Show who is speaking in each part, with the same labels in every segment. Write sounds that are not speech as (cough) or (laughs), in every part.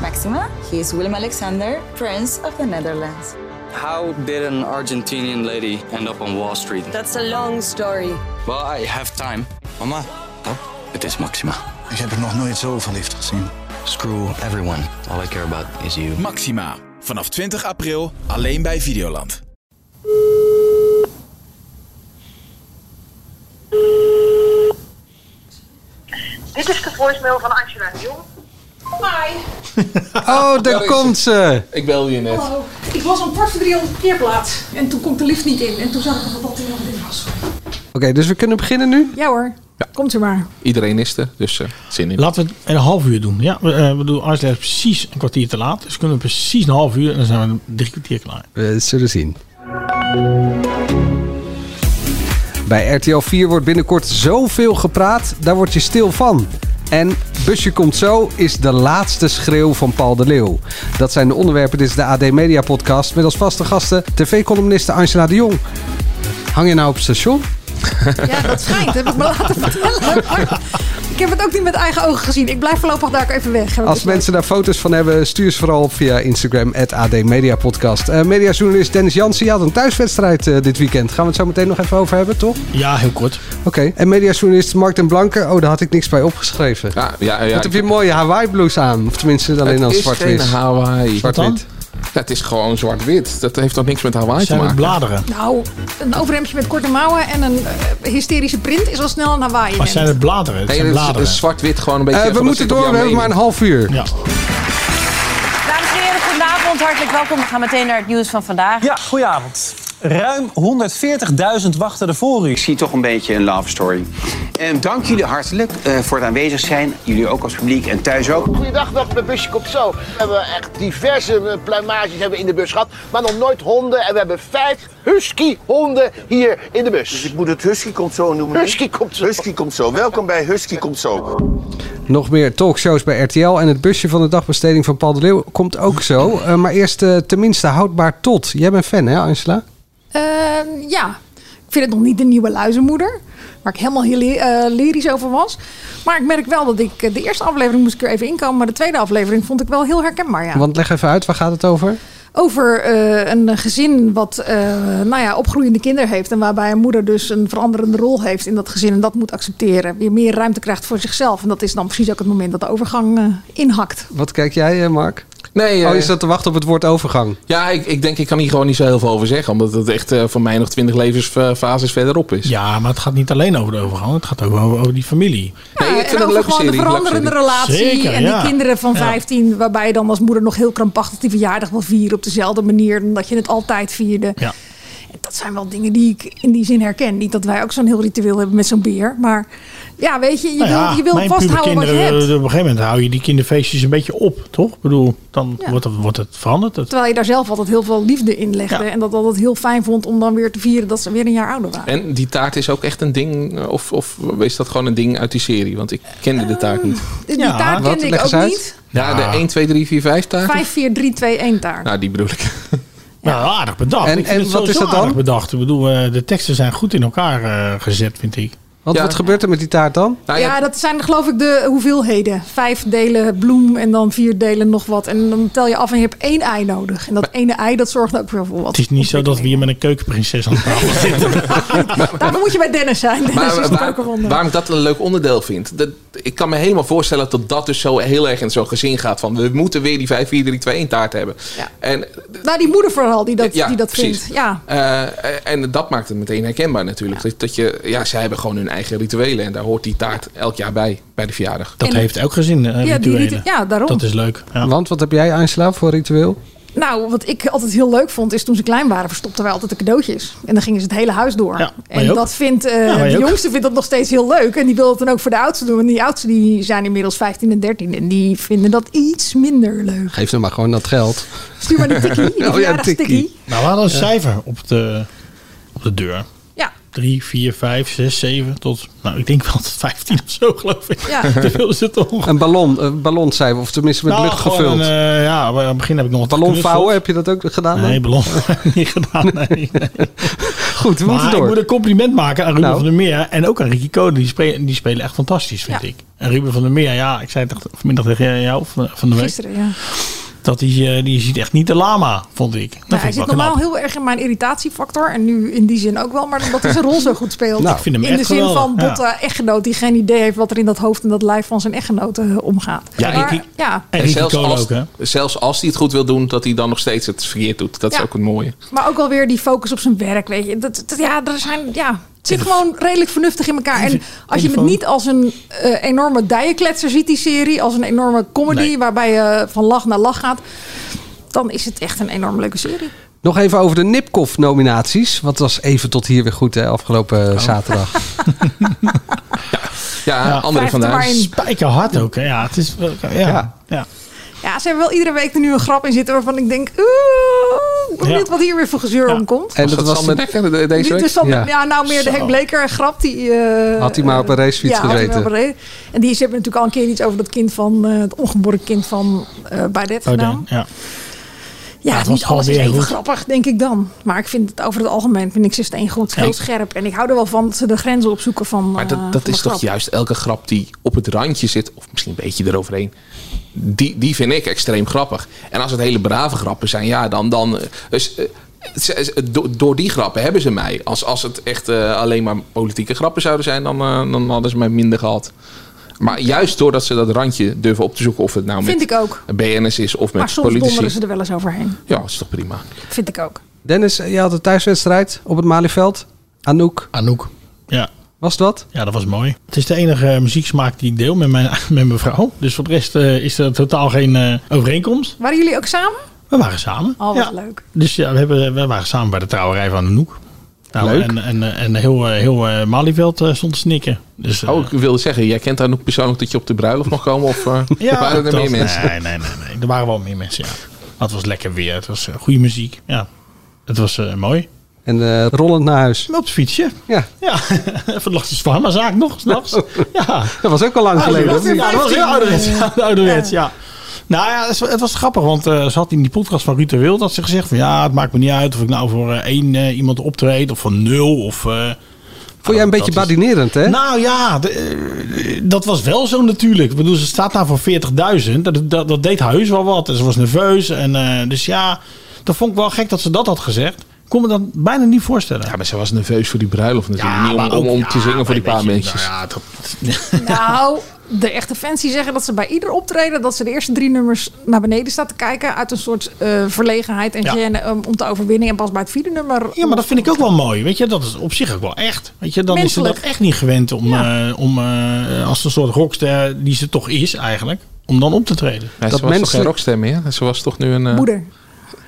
Speaker 1: Maxima. He is Willem Alexander, Prince of the Netherlands.
Speaker 2: How did an Argentinian lady end up on Wall Street?
Speaker 3: That's a long story.
Speaker 2: Well, I have time.
Speaker 4: Mama,
Speaker 2: Het is Maxima.
Speaker 5: Ik heb er nog nooit zo verliefd gezien.
Speaker 2: Screw everyone. All I care about is you.
Speaker 6: Maxima. Vanaf 20 april alleen bij Videoland.
Speaker 7: Dit is de voicemail van Angela de Jong. Hi.
Speaker 8: Oh, daar komt ze.
Speaker 9: Ik bel je net.
Speaker 7: Hallo. Oh, Ik was om kwart voor drie op de parkeerplaats. En toen komt de lift niet in. En toen zag ik nog dat er nog in was.
Speaker 8: Oké, dus we kunnen beginnen nu?
Speaker 7: Ja hoor. Komt u maar.
Speaker 9: Iedereen is er, dus eh, zin in.
Speaker 10: Laten we het een half uur doen. Ja, we, eh, we doen Angela is precies een kwartier te laat. Dus kunnen we precies een half uur en dan zijn we drie kwartier klaar.
Speaker 8: We zullen zien. Bij RTL 4 wordt binnenkort zoveel gepraat, daar word je stil van. En Busje komt zo is de laatste schreeuw van Paul de Leeuw. Dat zijn de onderwerpen. Dit is de AD Media Podcast met als vaste gasten tv-columniste Angela de Jong. Hang je nou op het station?
Speaker 3: Ja, dat schijnt. Heb ik me (laughs) laten vertellen. Ik heb het ook niet met eigen ogen gezien. Ik blijf voorlopig daar ook even weg.
Speaker 8: Als mensen daar foto's van hebben, stuur ze vooral op via Instagram, het AD Media Podcast. Eh, mediajournalist Dennis Jansen, je had een thuiswedstrijd eh, dit weekend. Gaan we het zo meteen nog even over hebben, toch?
Speaker 10: Ja, heel kort.
Speaker 8: Oké. En mediajournalist Mark den Blanke, oh, daar had ik niks bij opgeschreven.
Speaker 9: Ja, Ah, ja, ja.
Speaker 8: Wat heb je een mooie Hawaii-blouse aan? Of tenminste, alleen
Speaker 9: het
Speaker 8: als
Speaker 9: is geen
Speaker 8: zwart-wit.
Speaker 9: Hawaii.
Speaker 8: Zwart-wit.
Speaker 9: Ja, het is gewoon zwart-wit. Dat heeft toch niks met Hawaii te
Speaker 10: Zijn we
Speaker 9: maken?
Speaker 10: bladeren?
Speaker 3: Nou, een overhemdje met korte mouwen en een eh, hysterische print is al snel een Hawaii.
Speaker 10: Maar zijn het bladeren? Het
Speaker 9: Nee,
Speaker 10: zijn
Speaker 9: het is- het
Speaker 10: bladeren.
Speaker 9: is zwart-wit gewoon een beetje...
Speaker 8: Eh,
Speaker 9: van,
Speaker 8: we
Speaker 9: dat
Speaker 8: moeten
Speaker 9: zit op
Speaker 8: door, we
Speaker 9: jouw
Speaker 8: hebben maar een
Speaker 9: mening.
Speaker 8: half uur.
Speaker 10: Ja.
Speaker 11: Dames en heren, goedenavond. Hartelijk welkom. We gaan meteen naar het nieuws van vandaag.
Speaker 12: Ja, goedenavond. Ruim 140.000 wachten er voor u.
Speaker 13: Ik zie toch een beetje een love story. En dank jullie hartelijk eh, voor het aanwezig zijn. Jullie ook als publiek en thuis ook.
Speaker 14: Goeiedag, dag, mijn busje komt zo. We hebben echt diverse eh, pluimages hebben we in de bus gehad. Maar nog nooit honden. En we hebben vijf husky-honden hier in de bus. Dus ik moet het husky komt zo noemen? Husky komt zo. Husky komt zo. Welkom bij Husky komt zo.
Speaker 8: Nog meer talkshows bij RTL. En het busje van de dagbesteding van Paul de Leeuw komt ook zo. Eh, maar eerst eh, tenminste houdbaar tot. Jij bent fan, hè, Angela?
Speaker 3: Ehm, ja, ik vind het nog niet de nieuwe luizenmoeder. Waar ik helemaal heel eh, lyrisch over was. Maar ik merk wel dat ik... eh, De eerste aflevering moest ik er even inkomen. Maar de tweede aflevering vond ik wel heel herkenbaar, ja.
Speaker 8: Want leg even uit, waar gaat het over?
Speaker 3: Over eh, een gezin wat eh, nou ja, opgroeiende kinderen heeft. En waarbij een moeder dus een veranderende rol heeft in dat gezin. En dat moet accepteren. Weer meer ruimte krijgt voor zichzelf. En dat is dan precies ook het moment dat de overgang eh, inhakt.
Speaker 8: Wat kijk jij, eh, Mark?
Speaker 9: Nee, eh,
Speaker 8: Oh, is dat te wachten op het woord overgang?
Speaker 9: ja ik, ik denk ik kan hier gewoon niet zo heel veel over zeggen. Omdat het echt eh, voor mij nog twintig levensfases verderop is.
Speaker 10: ja, maar het gaat niet alleen over de overgang. Het gaat ook over, over die familie.
Speaker 9: Nee,
Speaker 3: Ja,
Speaker 9: ik
Speaker 3: en
Speaker 9: vind het een
Speaker 3: over
Speaker 9: leuke
Speaker 3: gewoon de
Speaker 9: serie, leuke
Speaker 3: veranderende
Speaker 9: serie.
Speaker 3: relatie.
Speaker 10: Zeker,
Speaker 3: en
Speaker 10: ja.
Speaker 3: die kinderen van
Speaker 10: Ja.
Speaker 3: 15, waarbij je dan als moeder nog heel krampachtig die verjaardag wil vieren op dezelfde manier dan dat je het altijd vierde.
Speaker 10: Ja.
Speaker 3: En Dat zijn wel dingen die ik in die zin herken. Niet dat wij ook zo'n heel ritueel hebben met zo'n beer. Maar ja, weet je, je
Speaker 10: Nou ja,
Speaker 3: wil, je wil
Speaker 10: mijn
Speaker 3: vasthouden wat je
Speaker 10: puberkinderen,
Speaker 3: hebt.
Speaker 10: eh, Op een gegeven moment hou je die kinderfeestjes een beetje op, toch? Ik bedoel, dan
Speaker 3: Ja.
Speaker 10: wordt, het, wordt het veranderd. Het-
Speaker 3: Terwijl je daar zelf altijd heel veel liefde in legde.
Speaker 10: Ja.
Speaker 3: En dat altijd heel fijn vond om dan weer te vieren dat ze weer een jaar ouder waren.
Speaker 9: En die taart is ook echt een ding, eh, of, of is dat gewoon een ding uit die serie? Want ik kende de taart niet.
Speaker 3: Die
Speaker 10: Ja,
Speaker 3: taart
Speaker 8: wat?
Speaker 3: kende ik
Speaker 8: Leg eens
Speaker 3: ook
Speaker 8: uit.
Speaker 3: niet.
Speaker 9: Ja, de 1, 2, 3, 4, 5 taart?
Speaker 3: 5, 4, 3, 2, 1 taart.
Speaker 9: Nou, die bedoel ik. (laughs)
Speaker 10: Nou, aardig bedacht.
Speaker 8: En-
Speaker 10: Ik vind
Speaker 8: en
Speaker 10: het
Speaker 8: wat is
Speaker 10: sowieso
Speaker 8: dat dan?
Speaker 10: aardig bedacht. Ik bedoel, eh, de teksten zijn goed in elkaar eh, gezet, vind ik.
Speaker 8: Want
Speaker 9: Ja.
Speaker 8: wat gebeurt er met die taart dan?
Speaker 9: Nou,
Speaker 3: ja, dat zijn geloof ik de hoeveelheden. Vijf delen bloem en dan vier delen nog wat. En dan tel je af en je hebt één ei nodig. En dat ene ei, dat zorgt ook weer voor wat.
Speaker 10: Het is niet
Speaker 3: (laughs)
Speaker 10: zo dat we hier met een keukenprinses aan
Speaker 8: (laughs)
Speaker 10: tafel zitten.
Speaker 3: Daarvoor moet je bij Dennis zijn. Dennis
Speaker 9: Maar
Speaker 3: is de
Speaker 9: waar-
Speaker 3: kokerronde.
Speaker 9: waarom ik dat een leuk onderdeel vind. Dat, ik kan me helemaal voorstellen dat dat dus zo heel erg in zo'n gezin gaat. Van we moeten weer die 5, 4, 3, 2, 1 taart hebben.
Speaker 3: Ja.
Speaker 9: En,
Speaker 3: Nou, die moeder vooral die dat,
Speaker 9: Ja,
Speaker 3: die dat
Speaker 9: precies.
Speaker 3: vindt. Ja.
Speaker 9: eh, en dat maakt het meteen herkenbaar natuurlijk. Dat, dat je, ja, zij hebben gewoon hun eigen rituelen. En daar hoort die taart elk jaar bij, bij de verjaardag.
Speaker 10: Dat
Speaker 3: En-
Speaker 10: heeft elk gezin eh,
Speaker 3: Ja, die
Speaker 10: rituelen.
Speaker 3: ritu- ja, daarom.
Speaker 10: Dat is leuk. Ja.
Speaker 8: Want wat heb jij, Angela, voor ritueel?
Speaker 3: Nou, wat ik altijd heel leuk vond, is toen ze klein waren, verstopten wij altijd de cadeautjes. En dan gingen ze het hele huis door.
Speaker 10: Ja, wij
Speaker 3: en
Speaker 10: ook.
Speaker 3: dat vindt, eh,
Speaker 10: Ja, wij
Speaker 3: de
Speaker 10: ook.
Speaker 3: jongste vindt dat nog steeds heel leuk. En die wil het dan ook voor de oudste doen. En die oudste die zijn inmiddels 15 en 13. En die vinden dat iets minder leuk.
Speaker 8: Geef hem maar gewoon dat geld.
Speaker 3: Stuur maar die
Speaker 10: (laughs)
Speaker 3: tikkie, die
Speaker 10: Oh
Speaker 8: ja, een
Speaker 3: verjaardagstikie.
Speaker 8: tikkie.
Speaker 10: Nou, we hadden een cijfer op de, op de deur.
Speaker 3: Ja.
Speaker 10: 3, 4, 5, 6, 7 tot... Nou, ik denk wel tot 15 of zo, geloof ik.
Speaker 3: Ja.
Speaker 10: (laughs) Te veel zit toch.
Speaker 8: Een ballon, een ballon zijn we, of tenminste met
Speaker 10: Nou,
Speaker 8: lucht
Speaker 10: gewoon
Speaker 8: gevuld.
Speaker 10: een, eh, ja, maar aan het begin heb ik nog wat
Speaker 8: ballon
Speaker 10: geknutseld.
Speaker 8: vouwen, heb je dat ook gedaan? dan?
Speaker 10: Nee, ballon (laughs) niet gedaan. Nee, nee.
Speaker 8: Goed, we moeten
Speaker 10: Maar ik
Speaker 8: door.
Speaker 10: moet een compliment maken aan Ruben
Speaker 8: Nou.
Speaker 10: van der Meer en ook aan Ricky Code. Die spelen, die spelen echt fantastisch, vind
Speaker 3: Ja.
Speaker 10: ik. En Ruben van der Meer, ja, ik zei het toch vanmiddag tegen jou van, van de week.
Speaker 3: Gisteren, ja.
Speaker 10: Dat die, eh, die ziet echt niet de lama, vond ik. Dat
Speaker 3: Nou, hij
Speaker 10: vind ik
Speaker 3: zit
Speaker 10: wel
Speaker 3: normaal
Speaker 10: knap.
Speaker 3: heel erg in mijn irritatiefactor. En nu in die zin ook wel. Maar omdat hij zijn rol zo goed speelt.
Speaker 10: Nou, ik vind hem
Speaker 3: in
Speaker 10: echt
Speaker 3: de zin
Speaker 10: geweldig,
Speaker 3: van
Speaker 10: ja.
Speaker 3: Botta, echtgenoot. Die geen idee heeft wat er in dat hoofd en dat lijf van zijn echtgenoot eh, omgaat. Maar, ja.
Speaker 9: zelfs, als, zelfs als hij het goed wil doen, dat hij dan nog steeds het verkeerd doet. Dat
Speaker 3: Ja.
Speaker 9: is ook het mooie.
Speaker 3: maar ook wel weer die focus op zijn werk. Weet je. Dat, dat- ja, er zijn, ja, het zit gewoon redelijk vernuftig in elkaar. En als je het niet als een eh, enorme dijenkletser ziet, die serie. Als een enorme comedy
Speaker 8: Nee.
Speaker 3: waarbij je van lach naar lach gaat. Dan is het echt een enorm leuke serie.
Speaker 8: Nog even over de Nipkoff-nominaties. Want het was even tot hier weer goed, hè, afgelopen eh, zaterdag. (laughs)
Speaker 9: Ja,
Speaker 10: Ja.
Speaker 9: andere
Speaker 3: Vijfde
Speaker 9: vandaag.
Speaker 3: waarin-
Speaker 10: Spijkerhard ook, hè. Ja, het is... wel- Ja.
Speaker 3: Ja.
Speaker 10: Ja.
Speaker 3: Ja, ze hebben wel iedere week er nu een grap in zitten waarvan ik denk... Oeh, ik ben benieuwd wat hier weer voor gezeur omkomt.
Speaker 8: En Was dat dat was Sander met- Dekker de- de- deze
Speaker 3: Dit
Speaker 8: week?
Speaker 3: is Sander- ja.
Speaker 8: Ja.
Speaker 3: nou meer de
Speaker 8: Zo.
Speaker 3: Henk Bleker grap. Die, eh,
Speaker 8: Had hij maar op een racefiets
Speaker 3: had hij maar
Speaker 8: gezeten.
Speaker 3: op een race- En die ze hebben natuurlijk al een keer iets over dat kind van... eh, het ongeboren kind van eh Baudet
Speaker 10: Oh,
Speaker 3: gedaan.
Speaker 10: dan, ja.
Speaker 3: Ja,
Speaker 10: Ja, het was
Speaker 3: niet
Speaker 10: gewoon
Speaker 3: alles is
Speaker 10: weer
Speaker 3: even
Speaker 10: goed.
Speaker 3: grappig, denk ik dan. Maar ik vind het over het algemeen vind ik ze steen goed. Heel
Speaker 9: Ja.
Speaker 3: scherp. En ik hou er wel van dat ze de grenzen opzoeken van
Speaker 9: Maar
Speaker 3: eh,
Speaker 9: dat,
Speaker 3: van
Speaker 9: dat
Speaker 3: de
Speaker 9: is toch
Speaker 3: grap.
Speaker 9: juist elke grap die op het randje zit, of misschien een beetje eroverheen. Die, die vind ik extreem grappig. En als het hele brave grappen zijn, ja, dan. dan eh, dus, eh, ze- ze- do- door die grappen hebben ze mij. Als, als het echt eh, alleen maar politieke grappen zouden zijn, dan, eh, dan hadden ze mij minder gehad. Maar juist doordat ze dat randje durven op te zoeken, of het nou
Speaker 3: Vind
Speaker 9: met
Speaker 3: ik ook.
Speaker 9: BN'ers is of
Speaker 3: Maar
Speaker 9: met
Speaker 3: soms donderen
Speaker 9: politici.
Speaker 3: ze er wel eens overheen.
Speaker 9: Ja, dat is toch prima.
Speaker 3: Vind ik ook.
Speaker 8: Dennis, eh, je had een thuiswedstrijd op het Malieveld. Anouk.
Speaker 10: Anouk. Ja.
Speaker 8: Was dat?
Speaker 10: Ja, dat was mooi. Het is de enige eh, muzieksmaak die ik deel met mijn, (laughs) met mijn vrouw. Dus voor de rest eh, is er totaal geen eh, overeenkomst.
Speaker 3: Waren jullie ook samen?
Speaker 10: We waren samen.
Speaker 3: Oh, wat
Speaker 10: ja.
Speaker 3: leuk.
Speaker 10: Dus ja, we, hebben, we waren samen bij de trouwerij van Anouk. Nou,
Speaker 9: Leuk.
Speaker 10: En, en, eh, en heel, eh, heel eh, Malieveld eh, stond te snikken. Dus,
Speaker 9: oh, ik wilde zeggen, jij kent Anouk persoonlijk dat je op de bruiloft mag komen? Of eh, waren er
Speaker 10: dat-
Speaker 9: meer mensen?
Speaker 10: Nee, nee, nee, nee. Er waren wel meer mensen, ja. Maar het was lekker weer. Het was eh, goede muziek. Ja. Het was eh, mooi.
Speaker 8: En eh, rollend naar huis.
Speaker 10: Op het fietsje.
Speaker 8: Ja.
Speaker 10: Ja. (laughs) Even lag de zwaarmazaak nog, s'nachts.
Speaker 9: Oh.
Speaker 10: Ja.
Speaker 8: Dat was ook al lang
Speaker 10: Ah,
Speaker 8: geleden.
Speaker 10: dat was- Ja, dat was heel ouderwets. Ja, de ouderwets, ja. Nou ja, het was, het was grappig, want eh, ze had in die podcast van Ruud de Wild dat ze gezegd van ja, het maakt me niet uit of ik nou voor eh, één eh, iemand optreed of voor nul of... eh,
Speaker 8: Vond jij een beetje badinerend, hè?
Speaker 10: Nou ja, de- eh, dat was wel zo natuurlijk. Ik bedoel, ze staat daar voor 40.000. Dat, dat, dat deed haar heus wel wat. En ze was nerveus. En, eh, dus ja, dat vond ik wel gek dat ze dat had gezegd. Ik kon me dat bijna niet voorstellen.
Speaker 9: Ja, maar ze was nerveus voor die bruiloft natuurlijk.
Speaker 10: Ja,
Speaker 9: niet om,
Speaker 10: maar ook-
Speaker 9: om, om
Speaker 10: ja,
Speaker 9: te zingen voor die
Speaker 10: maar
Speaker 9: paar
Speaker 10: weet je,
Speaker 9: mensen.
Speaker 10: nou ja, dat-
Speaker 3: Nou, de echte fans die zeggen dat ze bij ieder optreden... dat ze de eerste drie nummers naar beneden staat te kijken... uit een soort eh, verlegenheid en
Speaker 10: Ja.
Speaker 3: gêne um, om te overwinnen. En pas bij het vierde nummer...
Speaker 10: Ja, maar dat vind ik ook wel mooi. Weet je, dat is op zich ook wel echt. Weet je, dan is
Speaker 3: Menselijk.
Speaker 10: ze dat echt niet gewend om, eh, om eh, als een soort rockster die ze toch is eigenlijk, om dan op te treden.
Speaker 9: Ja, ze was toch geen rockster meer? Ze was toch nu een... eh,
Speaker 3: Moeder.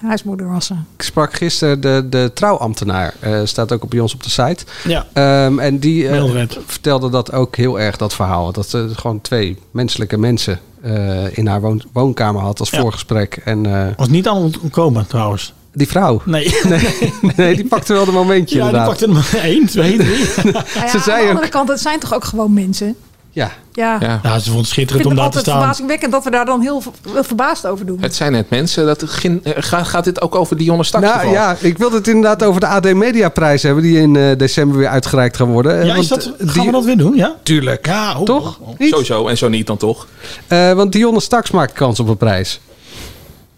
Speaker 3: Huismoeder was ze.
Speaker 8: Ik sprak gisteren de, de trouwambtenaar. eh, staat ook op bij ons op de site.
Speaker 10: Ja.
Speaker 8: Ehm, en die eh,
Speaker 10: Mildred.
Speaker 8: vertelde dat ook heel erg, dat verhaal. Dat ze gewoon twee menselijke mensen eh, in haar woon- woonkamer had als voorgesprek. En, eh,
Speaker 10: Was niet aan het ontkomen trouwens.
Speaker 8: die vrouw. (laughs)
Speaker 10: Nee. (laughs)
Speaker 8: nee. nee, die pakte wel een momentje
Speaker 10: Ja, die
Speaker 8: inderdaad.
Speaker 10: pakte er maar één, twee, drie.
Speaker 3: Nou ja,
Speaker 8: Ze
Speaker 3: aan
Speaker 8: zei
Speaker 3: de
Speaker 8: ook...
Speaker 3: andere kant, het zijn toch ook gewoon mensen?
Speaker 8: Ja.
Speaker 3: Ja.
Speaker 9: Ja.
Speaker 10: Nou, ze vond het
Speaker 3: Ik
Speaker 10: schitterend
Speaker 3: vind
Speaker 10: om
Speaker 3: het
Speaker 10: daar te
Speaker 3: altijd
Speaker 10: staan.
Speaker 3: verbazingwekkend dat we daar dan heel ver- heel verbaasd over doen.
Speaker 9: Het zijn net mensen. Dat, gin- eh, gaat, gaat dit ook over Dionne Staks?
Speaker 8: Nou ja, ik wilde het inderdaad over de AD Media Prijs hebben... die in eh, december weer uitgereikt gaan worden. Eh,
Speaker 10: Ja,
Speaker 8: want,
Speaker 10: is dat,
Speaker 8: eh,
Speaker 10: gaan we dat weer doen? Ja?
Speaker 8: Tuurlijk.
Speaker 10: Ja, oh,
Speaker 8: Toch?
Speaker 10: oh, oh.
Speaker 9: Sowieso, en zo niet dan toch?
Speaker 8: eh, want Dionne Staks maakt kans op een prijs.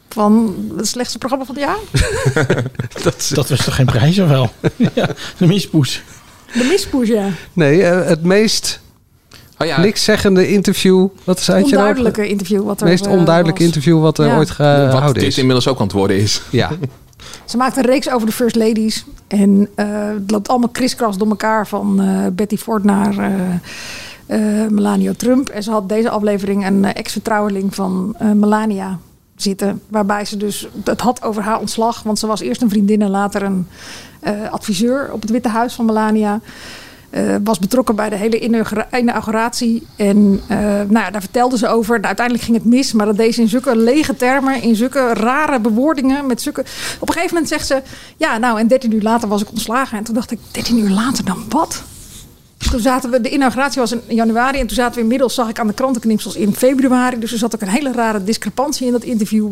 Speaker 3: Van het slechtste programma van het jaar?
Speaker 10: Dat, was toch geen prijs of wel? (laughs) ja, de mispoes.
Speaker 3: De mispoes, ja.
Speaker 8: Nee, eh, het meest
Speaker 9: Oh ja,
Speaker 8: niks zeggende interview... Wat zei het je nou?
Speaker 3: Onduidelijke interview wat er
Speaker 8: Het meest
Speaker 3: eh,
Speaker 8: onduidelijke
Speaker 3: was.
Speaker 8: interview wat er
Speaker 3: Ja.
Speaker 8: ooit
Speaker 9: wat
Speaker 8: gehouden
Speaker 9: dit
Speaker 8: is.
Speaker 9: inmiddels ook aan het worden is. (laughs)
Speaker 8: Ja.
Speaker 3: Ze maakt een reeks over de First Ladies. En eh, het loopt allemaal kriskras door elkaar. Van eh, Betty Ford naar eh, eh, Melania Trump. En ze had deze aflevering een eh, ex-vertrouweling van eh, Melania zitten. Waarbij ze dus het had over haar ontslag. Want ze was eerst een vriendin en later een eh, adviseur op het Witte Huis van Melania. Eh, was betrokken bij de hele inaugura- inauguratie. En eh, nou ja, daar vertelde ze over. Nou, uiteindelijk ging het mis, maar dat deed ze in zulke lege termen, in zulke rare bewoordingen. Met zulke... Op een gegeven moment zegt ze: Ja, nou, en 13 uur later was ik ontslagen. En toen dacht ik: 13 uur later dan wat? Toen zaten we, de inauguratie was in januari en toen zaten we inmiddels, zag ik aan de krantenknipsels in februari. Dus er zat ook een hele rare discrepantie in dat interview.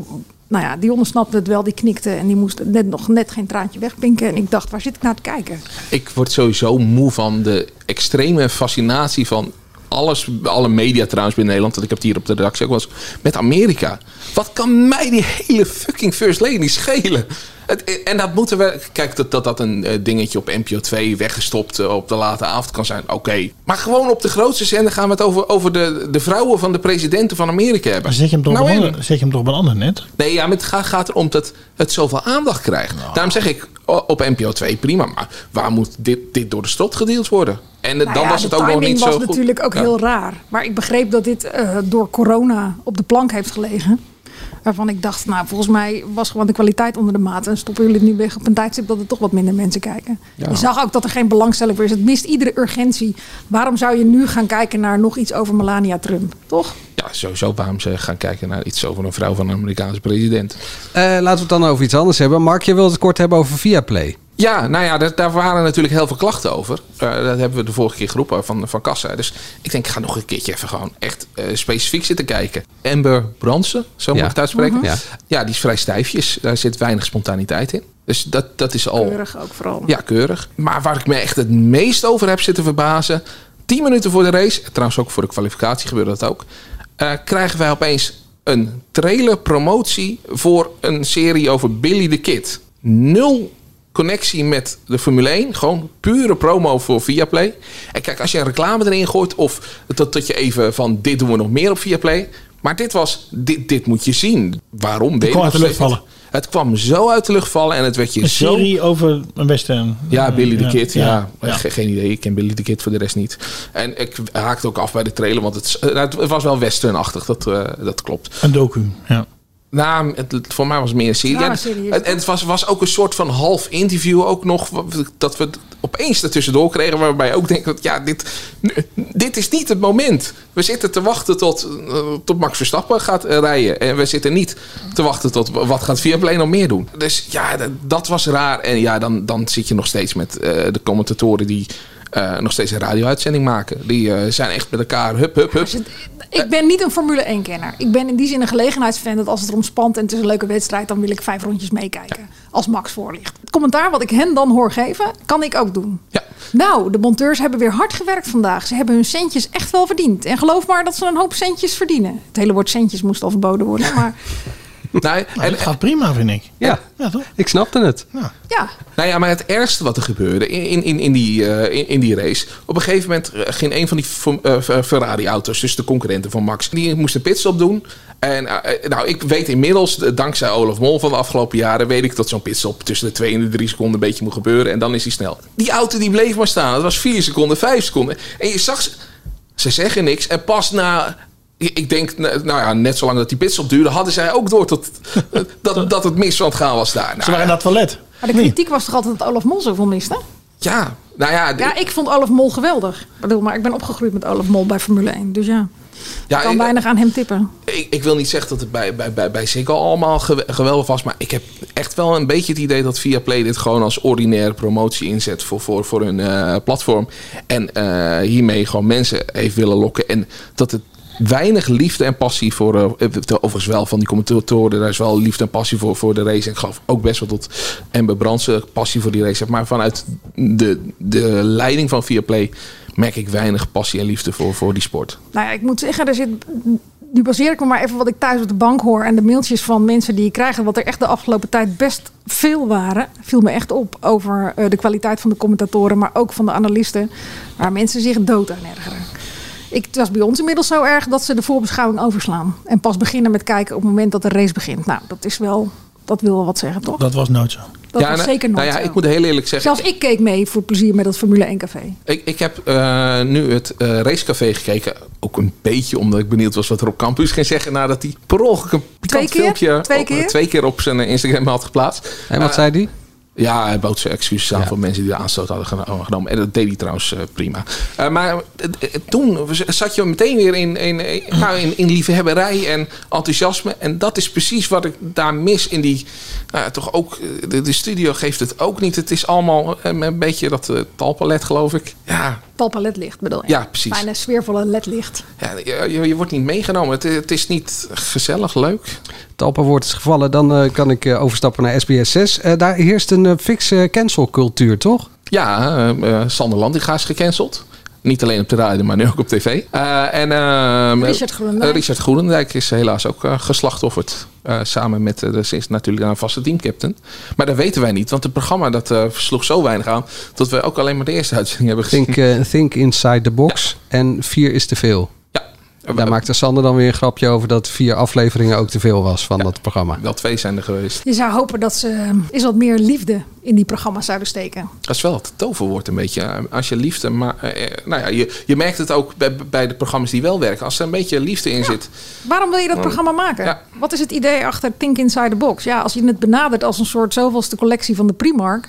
Speaker 3: Nou ja, die ontsnapte het wel, die knikte en die moest net nog net geen traantje wegpinken. En ik dacht, waar zit ik naar te kijken?
Speaker 9: Ik word sowieso moe van de extreme fascinatie van alles, alle media trouwens binnen Nederland, want ik heb het hier op de redactie ook wel eens, met Amerika. Wat kan mij die hele fucking First Lady schelen? Het, en dat moeten we. Kijk, dat dat, dat een eh, dingetje op NPO 2 weggestopt eh, op de late avond kan zijn. Oké. Maar gewoon op de grootste zender gaan we het over, over de, de vrouwen van de presidenten van Amerika hebben.
Speaker 10: Maar zet je hem toch,
Speaker 9: Nou,
Speaker 10: op, een
Speaker 9: en-
Speaker 10: ander, zet je hem toch op een ander net?
Speaker 9: Nee, ja, maar het ga- gaat erom dat het zoveel aandacht krijgt. Daarom zeg ik o- op NPO 2 prima, maar waar moet dit, dit door de strot gedeeld worden? En eh,
Speaker 3: Nou
Speaker 9: dan
Speaker 3: ja,
Speaker 9: was het
Speaker 3: de
Speaker 9: ook nog
Speaker 3: timing
Speaker 9: niet zo
Speaker 3: was
Speaker 9: goed.
Speaker 3: natuurlijk ook
Speaker 9: Ja.
Speaker 3: heel raar. Maar ik begreep dat dit eh, door corona op de plank heeft gelegen. Waarvan ik dacht, nou, volgens mij was gewoon de kwaliteit onder de maat. En stoppen jullie het nu weg op een tijdstip dat er toch wat minder mensen kijken.
Speaker 9: Ja.
Speaker 3: Je zag ook dat er geen belangstelling voor is. Het mist iedere urgentie. Waarom zou je nu gaan kijken naar nog iets over Melania Trump? Toch?
Speaker 9: Ja, sowieso waarom ze gaan kijken naar iets over een vrouw van een Amerikaanse president.
Speaker 8: Eh, laten we het dan over iets anders hebben. Mark, je wilde het kort hebben over Viaplay.
Speaker 9: Ja, nou ja, daar, daar waren natuurlijk heel veel klachten over. Eh, dat hebben we de vorige keer geroepen van, van Kassa. Dus ik denk, ik ga nog een keertje even gewoon echt eh, specifiek zitten kijken. Amber Bransen, zo moet
Speaker 8: Ja.
Speaker 9: ik het uitspreken.
Speaker 8: Mhm. Ja.
Speaker 9: ja. die is vrij stijfjes. Daar zit weinig spontaniteit in. Dus dat, dat is al...
Speaker 3: Keurig ook vooral.
Speaker 9: Ja, keurig. Maar waar ik me echt het meest over heb zitten verbazen... 10 minuten voor de race, trouwens ook voor de kwalificatie gebeurde dat ook... eh, krijgen wij opeens een trailer promotie voor een serie over Billy the Kid. Nul connectie met de Formule 1. Gewoon pure promo voor Viaplay. En kijk, als je een reclame erin gooit... of dat, dat je even van dit doen we nog meer op Viaplay... Maar dit was, dit, dit moet je zien. Waarom? weet
Speaker 10: kwam
Speaker 9: ik
Speaker 10: uit de
Speaker 9: nog
Speaker 10: lucht
Speaker 9: steeds niet. Het kwam zo uit de lucht vallen en het werd je
Speaker 10: Een
Speaker 9: zo
Speaker 10: serie over een western.
Speaker 9: ja,
Speaker 10: Eh,
Speaker 9: Billy the Kid. Ja,
Speaker 10: ja.
Speaker 9: Ge- geen idee. Ik ken Billy the Kid voor de rest niet. En ik haakte ook af bij de trailer, want het, s- eh, nou, het was wel westernachtig. Dat, eh, dat klopt.
Speaker 10: Een docu. Ja.
Speaker 9: Nou, het- het- voor mij was het meer een serie.
Speaker 10: Ja,
Speaker 9: En-
Speaker 10: een serie is
Speaker 9: en, en het was, was ook een soort van half interview ook nog. wa- Dat we het opeens ertussendoor kregen. Waarbij je ook denk dat ja, dit, nu- dit is niet het moment. We zitten te wachten tot, eh, tot Max Verstappen gaat eh, rijden. En we zitten niet te wachten tot wat gaat Viaplay nog meer doen. Dus ja, dat, dat was raar. En ja, dan, dan zit je nog steeds met eh, de commentatoren die... eh, nog steeds een radio-uitzending maken. Die eh, zijn echt met elkaar hup, hup, hup.
Speaker 3: Ik ben niet een Formule 1-kenner. Ik ben in die zin een gelegenheidsfan dat als het erom spant en het is een leuke wedstrijd, dan wil ik vijf rondjes meekijken. Als Max voorligt. Het commentaar wat ik hen dan hoor geven, kan ik ook doen. Nou, de monteurs hebben weer hard gewerkt vandaag. Ze hebben hun centjes echt wel verdiend. En geloof maar dat ze een hoop centjes verdienen. Het hele woord centjes moest al verboden worden. Maar
Speaker 9: Nee, en,
Speaker 10: Nou, dat gaat prima, vind ik.
Speaker 8: Ja, ik snapte het.
Speaker 3: ja,
Speaker 9: Nou ja, maar het ergste wat er gebeurde in, in, in, in, die, eh, in, in die race. Op een gegeven moment eh, ging een van die F- eh, F- Ferrari-auto's, dus de concurrenten van Max, die moest een pitstop doen. En eh, eh, nou, ik weet inmiddels, eh, dankzij Olaf Mol van de afgelopen jaren, weet ik dat zo'n pitstop tussen de 2 en de 3 seconden een beetje moet gebeuren. En dan is hij snel. Die auto die bleef maar staan. Dat was 4 seconden, 5 seconden. En je zag ze, ze zeggen niks. En pas na, ik denk, nou ja, net zolang dat die pitstop duurde, hadden zij ook door tot, (laughs) dat, dat het mis aan het gaan was daar. Nou,
Speaker 10: Ze waren in dat toilet.
Speaker 3: maar de kritiek was toch altijd dat Olaf Mol zoveel miste?
Speaker 9: ja, nou ja, d-
Speaker 3: Ja, ik vond Olaf Mol geweldig. Ik bedoel, maar ik ben opgegroeid met Olaf Mol bij Formule 1. Dus ja,
Speaker 9: ja,
Speaker 3: ik kan
Speaker 9: ik-
Speaker 3: weinig aan hem tippen.
Speaker 9: Ik, ik wil niet zeggen dat het bij, bij, bij, bij Ziggo allemaal gewe- geweldig was. Maar ik heb echt wel een beetje het idee dat Viaplay dit gewoon als ordinaire promotie inzet voor, voor, voor hun eh, platform. En eh, hiermee gewoon mensen heeft willen lokken. En dat het weinig liefde en passie voor... eh, eh, overigens wel van die commentatoren. Daar is wel liefde en passie voor, voor de race. En ik geloof ook best wel tot Ember Brandsen passie voor die race heeft. Maar vanuit de, de leiding van Viaplay merk ik weinig passie en liefde voor, voor die sport.
Speaker 3: Nou ja, ik moet zeggen, er zit. Nu baseer ik me maar even wat ik thuis op de bank hoor. En de mailtjes van mensen die ik krijg. Wat er echt de afgelopen tijd best veel waren. Viel me echt op over eh, de kwaliteit van de commentatoren. Maar ook van de analisten. Waar mensen zich dood aan ergeren. Ik, het was bij ons inmiddels zo erg dat ze de voorbeschouwing overslaan. En pas beginnen met kijken op het moment dat de race begint. Nou, dat is wel. Dat wil wel wat zeggen, toch?
Speaker 10: Dat was nooit zo.
Speaker 3: Dat was
Speaker 9: nou-
Speaker 3: zeker nooit
Speaker 9: Nou ja,
Speaker 3: zo.
Speaker 9: ik moet heel eerlijk zeggen.
Speaker 3: Zelfs ik keek mee voor plezier met dat Formule 1 café.
Speaker 9: Ik, ik heb eh, nu het eh, racecafé gekeken. Ook een beetje omdat ik benieuwd was wat Rob Campus ging zeggen. Nadat hij per ongeluk een pikant
Speaker 3: keer?
Speaker 9: filmpje
Speaker 3: Twee
Speaker 9: op,
Speaker 3: keer?
Speaker 9: twee keer op zijn eh, Instagram had geplaatst.
Speaker 8: En wat
Speaker 9: Eh,
Speaker 8: zei die?
Speaker 9: Ja, hij bood zijn excuses aan voor mensen die de aanstoot hadden geno- genomen. En dat deed hij trouwens eh, prima. Eh, maar eh, eh, toen zat je meteen weer in, in, in, nou, in, in liefhebberij en enthousiasme. En dat is precies wat ik daar mis in die... nou ja, toch ook, eh, de, de studio geeft het ook niet. Het is allemaal eh, een beetje dat eh, talpalet, geloof ik. Ja,
Speaker 3: Papa ledlicht bedoel ik.
Speaker 9: Ja, precies.
Speaker 3: Bijna sfeervolle ledlicht.
Speaker 9: ja je, je- je wordt niet meegenomen. Het, het is niet gezellig, leuk.
Speaker 8: Talpenwoord is gevallen, dan eh, kan ik eh, overstappen naar SBS 6. Eh, daar heerst een eh, fikse cancelcultuur, toch?
Speaker 9: Ja, eh, eh, Sander Lantinga is gecanceld. Niet alleen op de radio, maar nu ook op tv. Eh, en, ehm,
Speaker 3: Richard Groenendijk.
Speaker 9: eh, Richard Groenendijk is helaas ook eh, geslachtofferd. Eh, samen met, eh, dus is natuurlijk een vaste teamcaptain. Maar dat weten wij niet, want het programma dat eh, sloeg zo weinig aan... dat we ook alleen maar de eerste uitzending hebben gezien.
Speaker 8: Think, eh, think inside the box. En vier is te veel.
Speaker 9: Eh,
Speaker 8: Daar maakte Sander dan weer een grapje over dat vier afleveringen ook te veel was van dat programma.
Speaker 9: Wel twee zijn er geweest.
Speaker 3: Je zou hopen dat ze eh, eens wat meer liefde in die programma's zouden steken.
Speaker 9: Dat is wel het toverwoord een beetje. Als je liefde... Maar, eh, eh, nou ja, je, je merkt het ook bij, bij de programma's die wel werken. Als er een beetje liefde in zit...
Speaker 3: Waarom wil je dat
Speaker 9: Ja.
Speaker 3: programma maken? Wat is het idee achter Think Inside the Box? Ja, als je het benadert als een soort zoveelste collectie van de Primark...